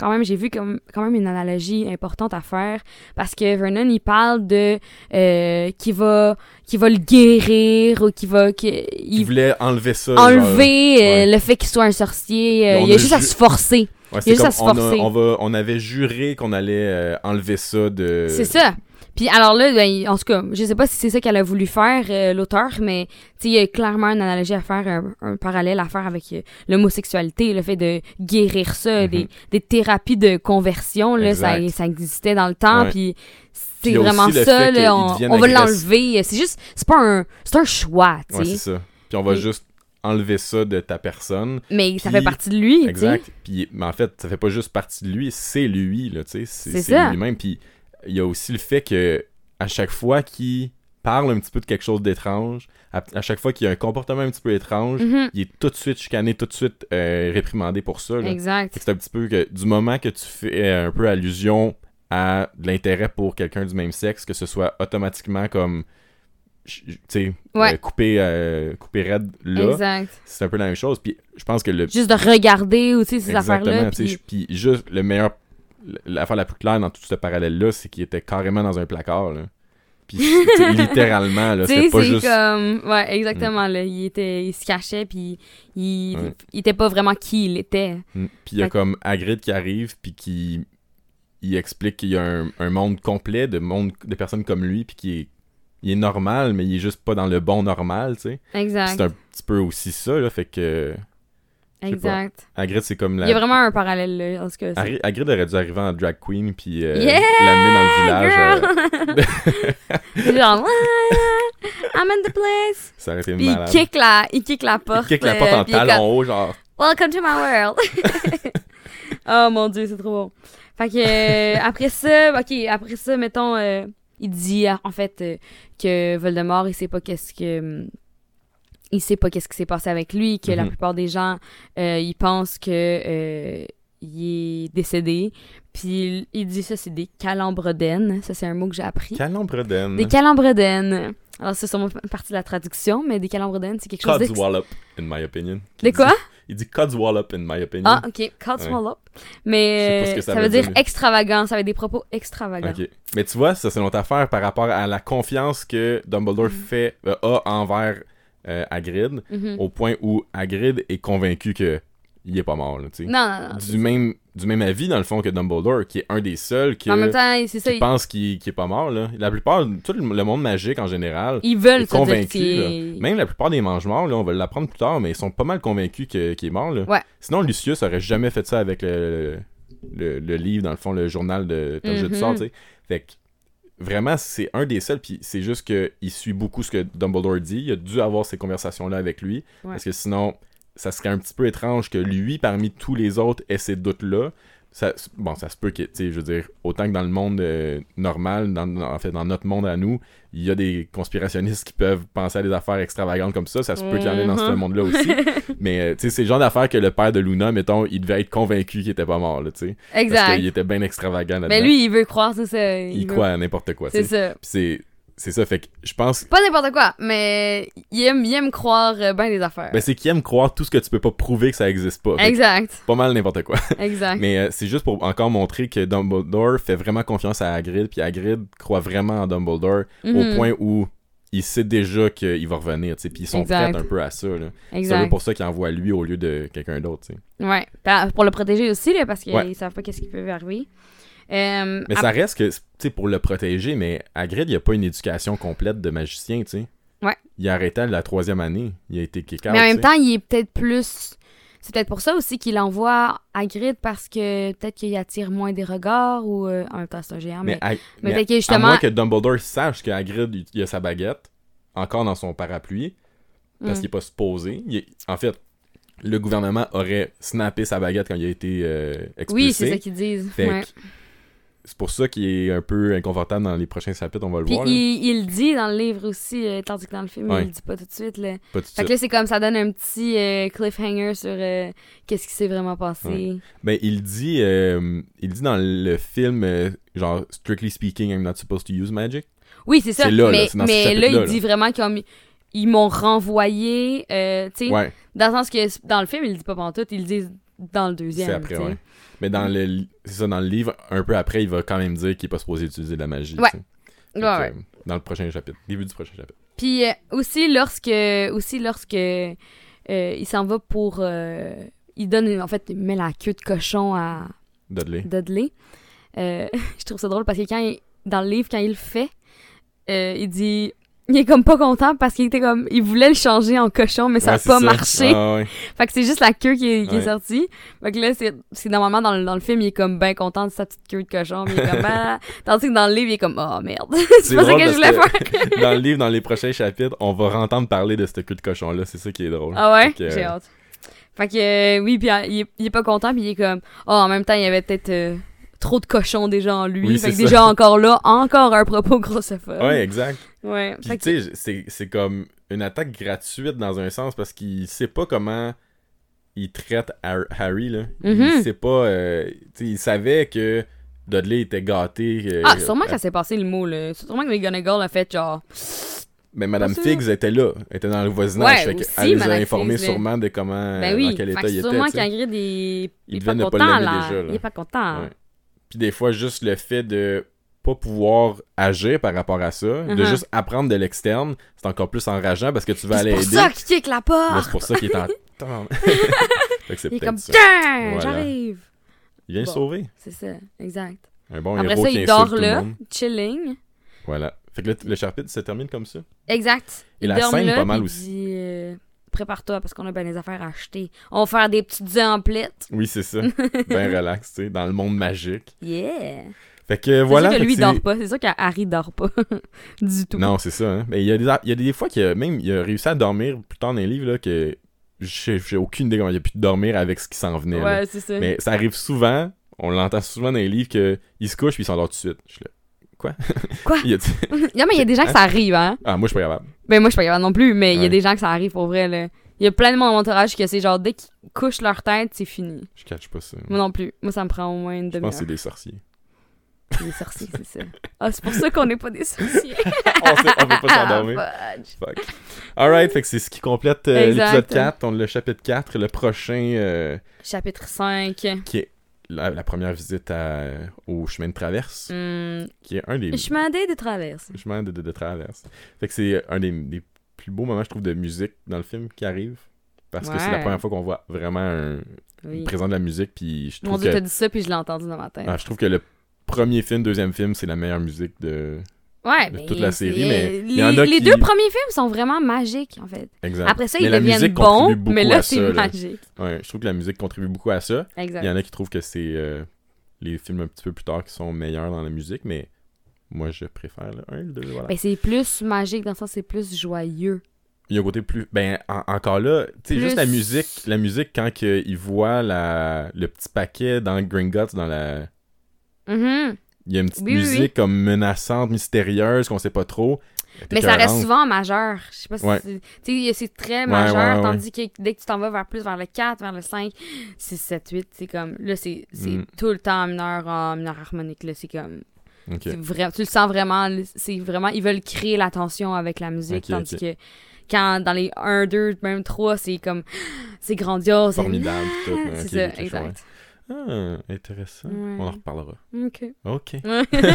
[SPEAKER 1] Quand même, j'ai vu comme, quand même une analogie importante à faire parce que Vernon il parle de euh, qui va qui va le guérir ou qui va qui,
[SPEAKER 2] Il
[SPEAKER 1] il-
[SPEAKER 2] voulait enlever ça. genre-
[SPEAKER 1] enlever euh,
[SPEAKER 2] ouais.
[SPEAKER 1] le fait qu'il soit un sorcier. euh,
[SPEAKER 2] Mais on
[SPEAKER 1] il y a
[SPEAKER 2] a
[SPEAKER 1] juste à
[SPEAKER 2] ju-
[SPEAKER 1] se forcer.
[SPEAKER 2] Ouais, c'est
[SPEAKER 1] juste
[SPEAKER 2] comme
[SPEAKER 1] à se
[SPEAKER 2] on a-
[SPEAKER 1] forcer.
[SPEAKER 2] on, va, on avait juré qu'on allait euh, enlever ça de.
[SPEAKER 1] C'est ça. Puis alors là, ben, il- en tout cas, je sais pas si c'est ça qu'elle a voulu faire, euh, l'auteur, mais tu sais, il y a clairement une analogie à faire, un, un parallèle à faire avec euh, l'homosexualité, le fait de guérir ça,
[SPEAKER 2] Mhm.
[SPEAKER 1] des, des thérapies de conversion, là, ça,
[SPEAKER 2] Exact.
[SPEAKER 1] ça existait dans le temps,
[SPEAKER 2] Ouais.
[SPEAKER 1] puis
[SPEAKER 2] Puis
[SPEAKER 1] c'est
[SPEAKER 2] il y a aussi
[SPEAKER 1] vraiment
[SPEAKER 2] le fait
[SPEAKER 1] ça, là,
[SPEAKER 2] qu'ils
[SPEAKER 1] on,
[SPEAKER 2] deviennent
[SPEAKER 1] on va
[SPEAKER 2] agressifs.
[SPEAKER 1] l'enlever. euh, C'est juste, c'est pas un, c'est un choix, tu
[SPEAKER 2] Ouais,
[SPEAKER 1] sais,
[SPEAKER 2] c'est ça. Puis on va
[SPEAKER 1] Et-
[SPEAKER 2] juste enlever ça de ta personne.
[SPEAKER 1] mais ça fait
[SPEAKER 2] Puis-
[SPEAKER 1] partie de lui, tu sais.
[SPEAKER 2] Exact. Puis, mais en fait, ça fait pas juste partie de lui, c'est lui, là, tu sais.
[SPEAKER 1] C'est
[SPEAKER 2] C'est
[SPEAKER 1] ça.
[SPEAKER 2] c'est lui-même. Puis, il y a aussi le fait que, à chaque fois qu'il parle un petit peu de quelque chose d'étrange, à, à chaque fois qu'il y a un comportement un petit peu étrange,
[SPEAKER 1] Mhm.
[SPEAKER 2] il est tout de suite chicané, tout de suite euh, réprimandé pour ça, là.
[SPEAKER 1] Exact.
[SPEAKER 2] Fait que C'est un petit peu que, du moment que tu fais euh, un peu allusion à de l'intérêt pour quelqu'un du même sexe, que ce soit automatiquement comme, ch- tu sais,
[SPEAKER 1] Ouais.
[SPEAKER 2] euh, coupé, euh, coupé raide là,
[SPEAKER 1] Exact.
[SPEAKER 2] c'est un peu la même chose. Puis, je pense que le
[SPEAKER 1] Juste de regarder aussi ces affaires-là.
[SPEAKER 2] Exactement, tu sais,
[SPEAKER 1] Puis...
[SPEAKER 2] je- puis juste le meilleur, l'affaire la plus claire dans tout ce parallèle-là, c'est qu'il était carrément dans un placard, là. Puis tu sais, littéralement, là,
[SPEAKER 1] Tu sais,
[SPEAKER 2] c'était pas
[SPEAKER 1] c'est
[SPEAKER 2] juste... Mm.
[SPEAKER 1] comme. Ouais, exactement. Là, il, était, il se cachait, puis il,
[SPEAKER 2] Ouais.
[SPEAKER 1] il était pas vraiment qui il était.
[SPEAKER 2] Mm. Puis il y a comme Hagrid qui arrive, puis qui il explique qu'il y a un, un monde complet de, monde, de personnes comme lui, puis qui est, il est normal, mais il est juste pas dans le bon normal, tu sais. Puis
[SPEAKER 1] Exact.
[SPEAKER 2] C'est un petit peu aussi ça, là, fait que sais pas.
[SPEAKER 1] Exact.
[SPEAKER 2] Hagrid, c'est comme
[SPEAKER 1] Il y a
[SPEAKER 2] la...
[SPEAKER 1] vraiment un parallèle, là, en tout cas. c'est-
[SPEAKER 2] Harry- Hagrid aurait dû arriver en drag queen, puis euh,
[SPEAKER 1] Yeah,
[SPEAKER 2] l'amener dans le village. euh,
[SPEAKER 1] girl! Genre, ah, I'm in the place!
[SPEAKER 2] ça aurait été
[SPEAKER 1] Puis il
[SPEAKER 2] malade.
[SPEAKER 1] kick, la, il kick la porte.
[SPEAKER 2] Il kick la
[SPEAKER 1] euh,
[SPEAKER 2] porte en
[SPEAKER 1] puis il est
[SPEAKER 2] talons hauts, genre...
[SPEAKER 1] comme, Welcome to my world! oh mon dieu, c'est trop bon. Fait que, euh, après ça, ok, après ça, mettons, euh, il dit euh, en fait euh, que Voldemort, il sait pas qu'est-ce que. Il sait pas qu'est-ce qui s'est passé avec lui, que la
[SPEAKER 2] Mhm.
[SPEAKER 1] plupart des gens, euh, ils pensent que. euh, il est décédé. Puis il- il dit ça, c'est des calambredaines. Ça, c'est un mot que j'ai appris.
[SPEAKER 2] Calambredaine.
[SPEAKER 1] Des calambredaines. Alors, c'est sûrement partie de la traduction, mais des calambredaines, c'est quelque chose d'ex-
[SPEAKER 2] Codswallop, in my opinion.
[SPEAKER 1] De quoi?
[SPEAKER 2] Il dit Codswallop, in my opinion.
[SPEAKER 1] Ah, ok. Codswallop. Mais euh,
[SPEAKER 2] Je sais pas ce que
[SPEAKER 1] ça,
[SPEAKER 2] ça
[SPEAKER 1] veut
[SPEAKER 2] veut
[SPEAKER 1] dire,
[SPEAKER 2] dire, mais-
[SPEAKER 1] extravagant. Ça veut des propos extravagants.
[SPEAKER 2] Ok. Mais tu vois, ça, c'est notre affaire par rapport à la confiance que
[SPEAKER 1] Mm.
[SPEAKER 2] Dumbledore fait, euh, a envers euh, Hagrid,
[SPEAKER 1] Mhm.
[SPEAKER 2] au point où Hagrid est convaincu que il est pas mort, là, tu sais.
[SPEAKER 1] Non, non, non.
[SPEAKER 2] Du même, du même avis, dans le fond, que Dumbledore, qui est un des seuls qui,
[SPEAKER 1] Mais En même temps, c'est ça.
[SPEAKER 2] qui
[SPEAKER 1] Ils,
[SPEAKER 2] pense qu'il qu'il est pas mort, là. La plupart, tout le le monde magique en général,
[SPEAKER 1] ils veulent se dire
[SPEAKER 2] convaincus,
[SPEAKER 1] qu'il est-
[SPEAKER 2] Même la plupart des mange-morts, là, on va l'apprendre plus tard, mais ils sont pas mal convaincus que- qu'il est mort. Là.
[SPEAKER 1] Ouais.
[SPEAKER 2] Sinon, Lucius aurait jamais fait ça avec le, le, le livre, dans le fond, le journal de ton jeu de
[SPEAKER 1] Mhm.
[SPEAKER 2] sort, tu sais. Fait que, vraiment, c'est un des seuls, puis c'est juste qu'il suit beaucoup ce que Dumbledore dit. Il a dû avoir ces conversations-là avec lui,
[SPEAKER 1] Ouais.
[SPEAKER 2] parce que sinon, ça serait un petit peu étrange que lui, parmi tous les autres, ait ces doutes-là. Ça, bon, ça se peut que, tu sais, je veux dire, autant que dans le monde euh, normal, dans, dans- en fait, dans notre monde à nous, il y a des conspirationnistes qui peuvent penser à des affaires extravagantes comme ça. Ça se peut qu'il y en ait dans ce
[SPEAKER 1] Mhm.
[SPEAKER 2] monde-là aussi. Mais, euh, tu sais, c'est le genre d'affaires que le père de Luna, mettons, il devait être convaincu qu'il était pas mort, là, tu sais. Parce
[SPEAKER 1] Exact.
[SPEAKER 2] qu'il était bien extravagant là-dedans.
[SPEAKER 1] Mais lui, il veut croire, c'est ça. Il,
[SPEAKER 2] il
[SPEAKER 1] veut-
[SPEAKER 2] croit à n'importe quoi, tu
[SPEAKER 1] C'est
[SPEAKER 2] sais.
[SPEAKER 1] ça.
[SPEAKER 2] Puis c'est c'est ça, fait que je pense.
[SPEAKER 1] Pas n'importe quoi, mais il aime, il aime croire euh, ben les affaires.
[SPEAKER 2] Ben, c'est qu'ils aiment croire tout ce que tu peux pas prouver que ça existe pas. Fait que
[SPEAKER 1] exact,
[SPEAKER 2] Pas mal n'importe quoi.
[SPEAKER 1] exact.
[SPEAKER 2] Mais euh, c'est juste pour encore montrer que Dumbledore fait vraiment confiance à Hagrid, puis Hagrid croit vraiment en Dumbledore
[SPEAKER 1] Mhm.
[SPEAKER 2] au point où il sait déjà qu'il va revenir, tu sais, puis ils sont
[SPEAKER 1] Exact.
[SPEAKER 2] prêts un peu à ça, là. C'est un peu
[SPEAKER 1] Exact.
[SPEAKER 2] pour ça qu'il envoie lui au lieu de quelqu'un d'autre, tu sais.
[SPEAKER 1] Ouais. Pa- Pour le protéger aussi, là, parce qu'ils
[SPEAKER 2] Ouais.
[SPEAKER 1] savent pas qu'est-ce qui peut arriver. Euh,
[SPEAKER 2] Mais
[SPEAKER 1] ap-
[SPEAKER 2] ça reste que, tu sais, pour le protéger, mais Hagrid, il a pas une éducation complète de magicien, tu sais.
[SPEAKER 1] Ouais.
[SPEAKER 2] Il a arrêté à la troisième année. Il a été kick out,
[SPEAKER 1] Mais en même
[SPEAKER 2] tu sais.
[SPEAKER 1] temps, il est peut-être plus. C'est peut-être pour ça aussi qu'il envoie à Grid parce que peut-être qu'il attire moins des regards ou. euh, En même temps, c'est un géant, mais.
[SPEAKER 2] Mais, Hag-
[SPEAKER 1] Mais,
[SPEAKER 2] mais
[SPEAKER 1] peut-être que
[SPEAKER 2] à
[SPEAKER 1] justement.
[SPEAKER 2] moins que Dumbledore sache que Hagrid, il- il a sa baguette, encore dans son parapluie, parce
[SPEAKER 1] Mm.
[SPEAKER 2] qu'il est pas supposé. Il est- En fait, le gouvernement aurait snappé sa baguette quand il a été euh, expulsé.
[SPEAKER 1] Oui, c'est ça qu'ils disent.
[SPEAKER 2] Fait que
[SPEAKER 1] ouais.
[SPEAKER 2] c'est pour ça qu'il est un peu inconfortable dans les prochains chapitres, on va le
[SPEAKER 1] Puis
[SPEAKER 2] voir. là.
[SPEAKER 1] il, il le dit dans le livre aussi, euh, tandis que dans le film,
[SPEAKER 2] Ouais.
[SPEAKER 1] il le dit pas tout de suite. Là.
[SPEAKER 2] Pas tout de
[SPEAKER 1] Fait
[SPEAKER 2] suite.
[SPEAKER 1] que là, c'est comme ça donne un petit euh, cliffhanger sur euh, qu'est-ce qui s'est vraiment passé.
[SPEAKER 2] Ouais. Ben, il dit, euh, il dit dans le film, euh, genre, strictly speaking, I'm not supposed to use magic.
[SPEAKER 1] Oui, c'est ça.
[SPEAKER 2] C'est là, là,
[SPEAKER 1] mais
[SPEAKER 2] c'est dans ce
[SPEAKER 1] mais là,
[SPEAKER 2] chapitre-là,
[SPEAKER 1] il
[SPEAKER 2] là.
[SPEAKER 1] dit vraiment qu'ils ont mis- ils m'ont renvoyé. euh, tu sais,
[SPEAKER 2] Ouais,
[SPEAKER 1] Dans le sens que dans le film, il le dit pas pantoute, il le dit dans le deuxième.
[SPEAKER 2] c'est après,
[SPEAKER 1] tu sais.
[SPEAKER 2] ouais. Mais dans le, li- c'est ça, dans le livre, un peu après, il va quand même dire qu'il est pas supposé utiliser de la magie.
[SPEAKER 1] Ouais.
[SPEAKER 2] tu sais. Fait
[SPEAKER 1] Ouais,
[SPEAKER 2] que,
[SPEAKER 1] ouais.
[SPEAKER 2] euh, Dans le prochain chapitre, début du prochain chapitre.
[SPEAKER 1] Puis euh, aussi lorsque aussi lorsque euh, il s'en va pour euh, il donne en fait il met la queue de cochon à
[SPEAKER 2] Dudley.
[SPEAKER 1] Dudley. Euh, je trouve ça drôle parce que quand il- dans le livre quand il le fait, euh, il dit il est comme pas content parce qu'il était comme il voulait le changer en cochon mais ça
[SPEAKER 2] Ouais,
[SPEAKER 1] a
[SPEAKER 2] c'est
[SPEAKER 1] pas marché.
[SPEAKER 2] Ah, ouais.
[SPEAKER 1] Fait que c'est juste la queue qui est, qui est
[SPEAKER 2] Ouais.
[SPEAKER 1] sortie. Fait que là, c'est c'est normalement dans le, dans le film, il est comme ben content de sa petite queue de cochon. puis il est comme, ah. Tandis que dans le livre, il est comme oh merde. c'est pas ça
[SPEAKER 2] drôle
[SPEAKER 1] que je
[SPEAKER 2] parce
[SPEAKER 1] voulais
[SPEAKER 2] que-
[SPEAKER 1] faire.
[SPEAKER 2] dans le livre, dans les prochains chapitres, on va entendre parler de ce cul de cochon-là. C'est ça qui est drôle.
[SPEAKER 1] Ah ouais?
[SPEAKER 2] Fait que- euh,
[SPEAKER 1] J'ai hâte. Fait que euh, oui, puis euh, il, est- il est pas content, puis il est comme oh en même temps, il y avait peut-être euh, trop de cochons déjà en lui.
[SPEAKER 2] Oui,
[SPEAKER 1] fait que
[SPEAKER 2] c'est
[SPEAKER 1] déjà encore là, encore un propos grossophobe.
[SPEAKER 2] Ouais, exact.
[SPEAKER 1] Ouais.
[SPEAKER 2] Puis,
[SPEAKER 1] Ah, euh, Fait que-
[SPEAKER 2] tu sais, c'est- c'est comme une attaque gratuite dans un sens parce qu'il sait pas comment il traite Har- Harry, là.
[SPEAKER 1] Mhm.
[SPEAKER 2] Il sait pas. euh, tu sais, il savait que Dudley était gâté. euh,
[SPEAKER 1] ah, sûrement que
[SPEAKER 2] euh,
[SPEAKER 1] ça s'est passé le mot là. Sûrement que McGonagall a fait genre
[SPEAKER 2] Mais Madame
[SPEAKER 1] Pas sûr.
[SPEAKER 2] Figgs était là. était dans le voisinage.
[SPEAKER 1] Ouais,
[SPEAKER 2] fait que
[SPEAKER 1] aussi,
[SPEAKER 2] elle nous a
[SPEAKER 1] Madame
[SPEAKER 2] informé
[SPEAKER 1] Figgs, là.
[SPEAKER 2] sûrement de comment.
[SPEAKER 1] ben
[SPEAKER 2] Dans
[SPEAKER 1] oui.
[SPEAKER 2] quel
[SPEAKER 1] Fait
[SPEAKER 2] état
[SPEAKER 1] que
[SPEAKER 2] il était.
[SPEAKER 1] sûrement
[SPEAKER 2] tu sais.
[SPEAKER 1] qu'Hagrid est, il est
[SPEAKER 2] devait
[SPEAKER 1] pas
[SPEAKER 2] ne pas
[SPEAKER 1] content
[SPEAKER 2] l'aimer
[SPEAKER 1] là.
[SPEAKER 2] déjà, là.
[SPEAKER 1] Il est pas content.
[SPEAKER 2] Ouais. Puis des fois, juste le fait de pas pouvoir agir par rapport à ça, de
[SPEAKER 1] Mhm.
[SPEAKER 2] juste apprendre de l'externe, c'est encore plus enrageant parce que tu vas
[SPEAKER 1] C'est
[SPEAKER 2] aller
[SPEAKER 1] pour
[SPEAKER 2] aider.
[SPEAKER 1] ça qu'il kick la
[SPEAKER 2] Mais
[SPEAKER 1] porte.
[SPEAKER 2] c'est pour ça qu'il est en temps. fait que c'est
[SPEAKER 1] Il est
[SPEAKER 2] peut-être
[SPEAKER 1] comme
[SPEAKER 2] ça.
[SPEAKER 1] tiens,
[SPEAKER 2] Voilà.
[SPEAKER 1] j'arrive.
[SPEAKER 2] Il vient le
[SPEAKER 1] Bon.
[SPEAKER 2] sauver.
[SPEAKER 1] C'est ça, exact.
[SPEAKER 2] Un bon
[SPEAKER 1] Après
[SPEAKER 2] héros
[SPEAKER 1] ça,
[SPEAKER 2] qui
[SPEAKER 1] il
[SPEAKER 2] insulte
[SPEAKER 1] dort
[SPEAKER 2] tout le
[SPEAKER 1] là,
[SPEAKER 2] monde.
[SPEAKER 1] chilling.
[SPEAKER 2] Voilà. Fait que là, le chapitre se termine comme ça.
[SPEAKER 1] Exact.
[SPEAKER 2] Et
[SPEAKER 1] Ils
[SPEAKER 2] la
[SPEAKER 1] dorment
[SPEAKER 2] scène,
[SPEAKER 1] là,
[SPEAKER 2] pas mal
[SPEAKER 1] puis
[SPEAKER 2] aussi.
[SPEAKER 1] il dit, euh, Prépare-toi parce qu'on a bien des affaires à acheter. On va faire des petites emplettes.
[SPEAKER 2] Oui, c'est ça. ben relax, tu sais, dans le monde magique.
[SPEAKER 1] Yeah.
[SPEAKER 2] Fait que
[SPEAKER 1] C'est
[SPEAKER 2] voilà.
[SPEAKER 1] sûr
[SPEAKER 2] fait
[SPEAKER 1] que lui
[SPEAKER 2] c'est-
[SPEAKER 1] dort pas. C'est sûr qu'Harry dort pas. du tout.
[SPEAKER 2] Non, c'est ça. hein. Mais il y, a des, il y a des fois qu'il a même il a réussi à dormir plus tard dans les livres là, que j'ai j'ai aucune idée comment il a pu dormir avec ce qui s'en venait. là.
[SPEAKER 1] ouais, c'est ça.
[SPEAKER 2] Mais ça arrive souvent, on l'entend souvent dans les livres qu'il se couche puis il s'endort tout de suite. Je suis là, quoi?
[SPEAKER 1] Quoi?
[SPEAKER 2] Il y a-
[SPEAKER 1] non, mais il y a des gens que ça arrive, hein.
[SPEAKER 2] Ah, moi je suis pas capable.
[SPEAKER 1] Ben, moi, je suis pas capable non plus, mais il y a
[SPEAKER 2] Ouais.
[SPEAKER 1] des gens que ça arrive pour vrai, là. Il y a plein de monde dans mon entourage que c'est genre dès qu'ils couchent leur tête, c'est fini.
[SPEAKER 2] Je catch pas ça.
[SPEAKER 1] Moi non plus. Moi, ça me prend au moins une
[SPEAKER 2] Mm. Je pense que c'est
[SPEAKER 1] demi-heure.
[SPEAKER 2] des sorciers.
[SPEAKER 1] Les sorciers, c'est ça. Ah, c'est pour ça qu'on n'est pas des sorciers.
[SPEAKER 2] on, sait, on peut pas s'endormir.
[SPEAKER 1] Ah, fudge.
[SPEAKER 2] Fuck. Alright, fait que c'est ce qui complète euh,
[SPEAKER 1] Exact.
[SPEAKER 2] l'épisode 4. On a le chapitre 4, le prochain euh,
[SPEAKER 1] Chapitre 5.
[SPEAKER 2] qui est la, la première visite à- au chemin de traverse,
[SPEAKER 1] Hum,
[SPEAKER 2] qui est un des
[SPEAKER 1] chemin des de traverse.
[SPEAKER 2] chemins de, de- de traverse. Fait que c'est euh, un des, des plus beaux moments, je trouve, de musique dans le film qui arrive. Parce que c'est la
[SPEAKER 1] Ouais.
[SPEAKER 2] première fois qu'on voit vraiment un,
[SPEAKER 1] Oui.
[SPEAKER 2] présent de la musique, puis je
[SPEAKER 1] Mon
[SPEAKER 2] trouve
[SPEAKER 1] dieu,
[SPEAKER 2] que
[SPEAKER 1] t'as dit ça, puis je l'ai entendu dans ma tête.
[SPEAKER 2] Ah, je trouve que le premier film, deuxième film, c'est la meilleure musique de.
[SPEAKER 1] ouais,
[SPEAKER 2] de
[SPEAKER 1] ben,
[SPEAKER 2] toute la série,
[SPEAKER 1] c'est-
[SPEAKER 2] mais
[SPEAKER 1] euh,
[SPEAKER 2] il y en
[SPEAKER 1] les-
[SPEAKER 2] a
[SPEAKER 1] Les
[SPEAKER 2] qui-
[SPEAKER 1] deux premiers films sont vraiment magiques, en fait.
[SPEAKER 2] Exact.
[SPEAKER 1] Après ça,
[SPEAKER 2] Mais
[SPEAKER 1] ils
[SPEAKER 2] la
[SPEAKER 1] deviennent
[SPEAKER 2] musique
[SPEAKER 1] bons,
[SPEAKER 2] contribue beaucoup
[SPEAKER 1] mais
[SPEAKER 2] à
[SPEAKER 1] là,
[SPEAKER 2] ça,
[SPEAKER 1] c'est
[SPEAKER 2] là.
[SPEAKER 1] magique.
[SPEAKER 2] Ouais, je trouve que la musique contribue beaucoup à ça.
[SPEAKER 1] Exact.
[SPEAKER 2] Il y en a qui trouvent que c'est euh, les films un petit peu plus tard qui sont meilleurs dans la musique, mais moi je préfère le 1, le 2, voilà.
[SPEAKER 1] Ben, c'est plus magique, dans le sens, c'est plus joyeux.
[SPEAKER 2] Il y a un côté plus. Ben, en- encore là, tu sais,
[SPEAKER 1] Plus-
[SPEAKER 2] juste la musique, la musique quand que ils voient la... le petit paquet dans Gringotts, dans la.
[SPEAKER 1] Mhm.
[SPEAKER 2] Il y a une petite
[SPEAKER 1] Oui, oui, oui.
[SPEAKER 2] musique comme menaçante, mystérieuse, qu'on sait pas trop.
[SPEAKER 1] Mais ça reste
[SPEAKER 2] Écœurante.
[SPEAKER 1] souvent en majeur. Je sais pas si
[SPEAKER 2] Ouais.
[SPEAKER 1] c'est- tu sais, c'est très
[SPEAKER 2] Ouais,
[SPEAKER 1] majeur,
[SPEAKER 2] ouais, ouais.
[SPEAKER 1] tandis que dès que tu t'en vas vers plus vers le 4, vers le 5, 6, 7, 8, c'est comme. Là, c'est c'est
[SPEAKER 2] Mm.
[SPEAKER 1] tout le temps en mineur, en mineur harmonique. Là, c'est comme.
[SPEAKER 2] Ok.
[SPEAKER 1] C'est vra- tu le sens vraiment, c'est vraiment, ils veulent créer la tension avec la musique,
[SPEAKER 2] Ok,
[SPEAKER 1] tandis
[SPEAKER 2] ok.
[SPEAKER 1] que quand dans les 1, 2, même 3, c'est comme, c'est grandiose. c'est-
[SPEAKER 2] Formidable. pis tout, hein.
[SPEAKER 1] C'est
[SPEAKER 2] ok,
[SPEAKER 1] ça,
[SPEAKER 2] quelque chose,
[SPEAKER 1] exact.
[SPEAKER 2] ouais. Ah, intéressant.
[SPEAKER 1] Ouais.
[SPEAKER 2] On en reparlera.
[SPEAKER 1] Ok.
[SPEAKER 2] OK.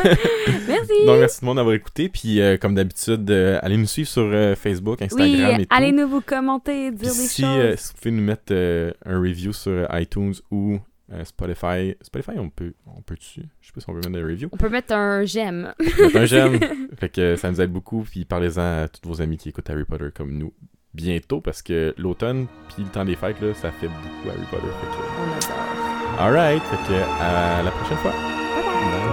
[SPEAKER 1] merci.
[SPEAKER 2] Donc, merci tout le monde d'avoir écouté. Puis, euh, comme d'habitude, euh, allez nous suivre sur euh, Facebook, Instagram
[SPEAKER 1] oui,
[SPEAKER 2] et tout.
[SPEAKER 1] allez nous vous commenter,
[SPEAKER 2] Puis
[SPEAKER 1] dire des
[SPEAKER 2] si,
[SPEAKER 1] choses.
[SPEAKER 2] euh, si vous pouvez nous mettre euh, un review sur iTunes ou euh, Spotify. Spotify, on peut on peut dessus. Je sais pas si on peut mettre des reviews.
[SPEAKER 1] On peut mettre un j'aime.
[SPEAKER 2] Mettez un j'aime. Fait que euh, ça nous aide beaucoup. Puis parlez-en à tous vos amis qui écoutent Harry Potter comme nous bientôt parce que l'automne puis le temps des fêtes, là, ça fait beaucoup Harry Potter. Fait
[SPEAKER 1] On adore.
[SPEAKER 2] que, alright. Fait que à la prochaine fois.
[SPEAKER 1] Bye bye.
[SPEAKER 2] Bye.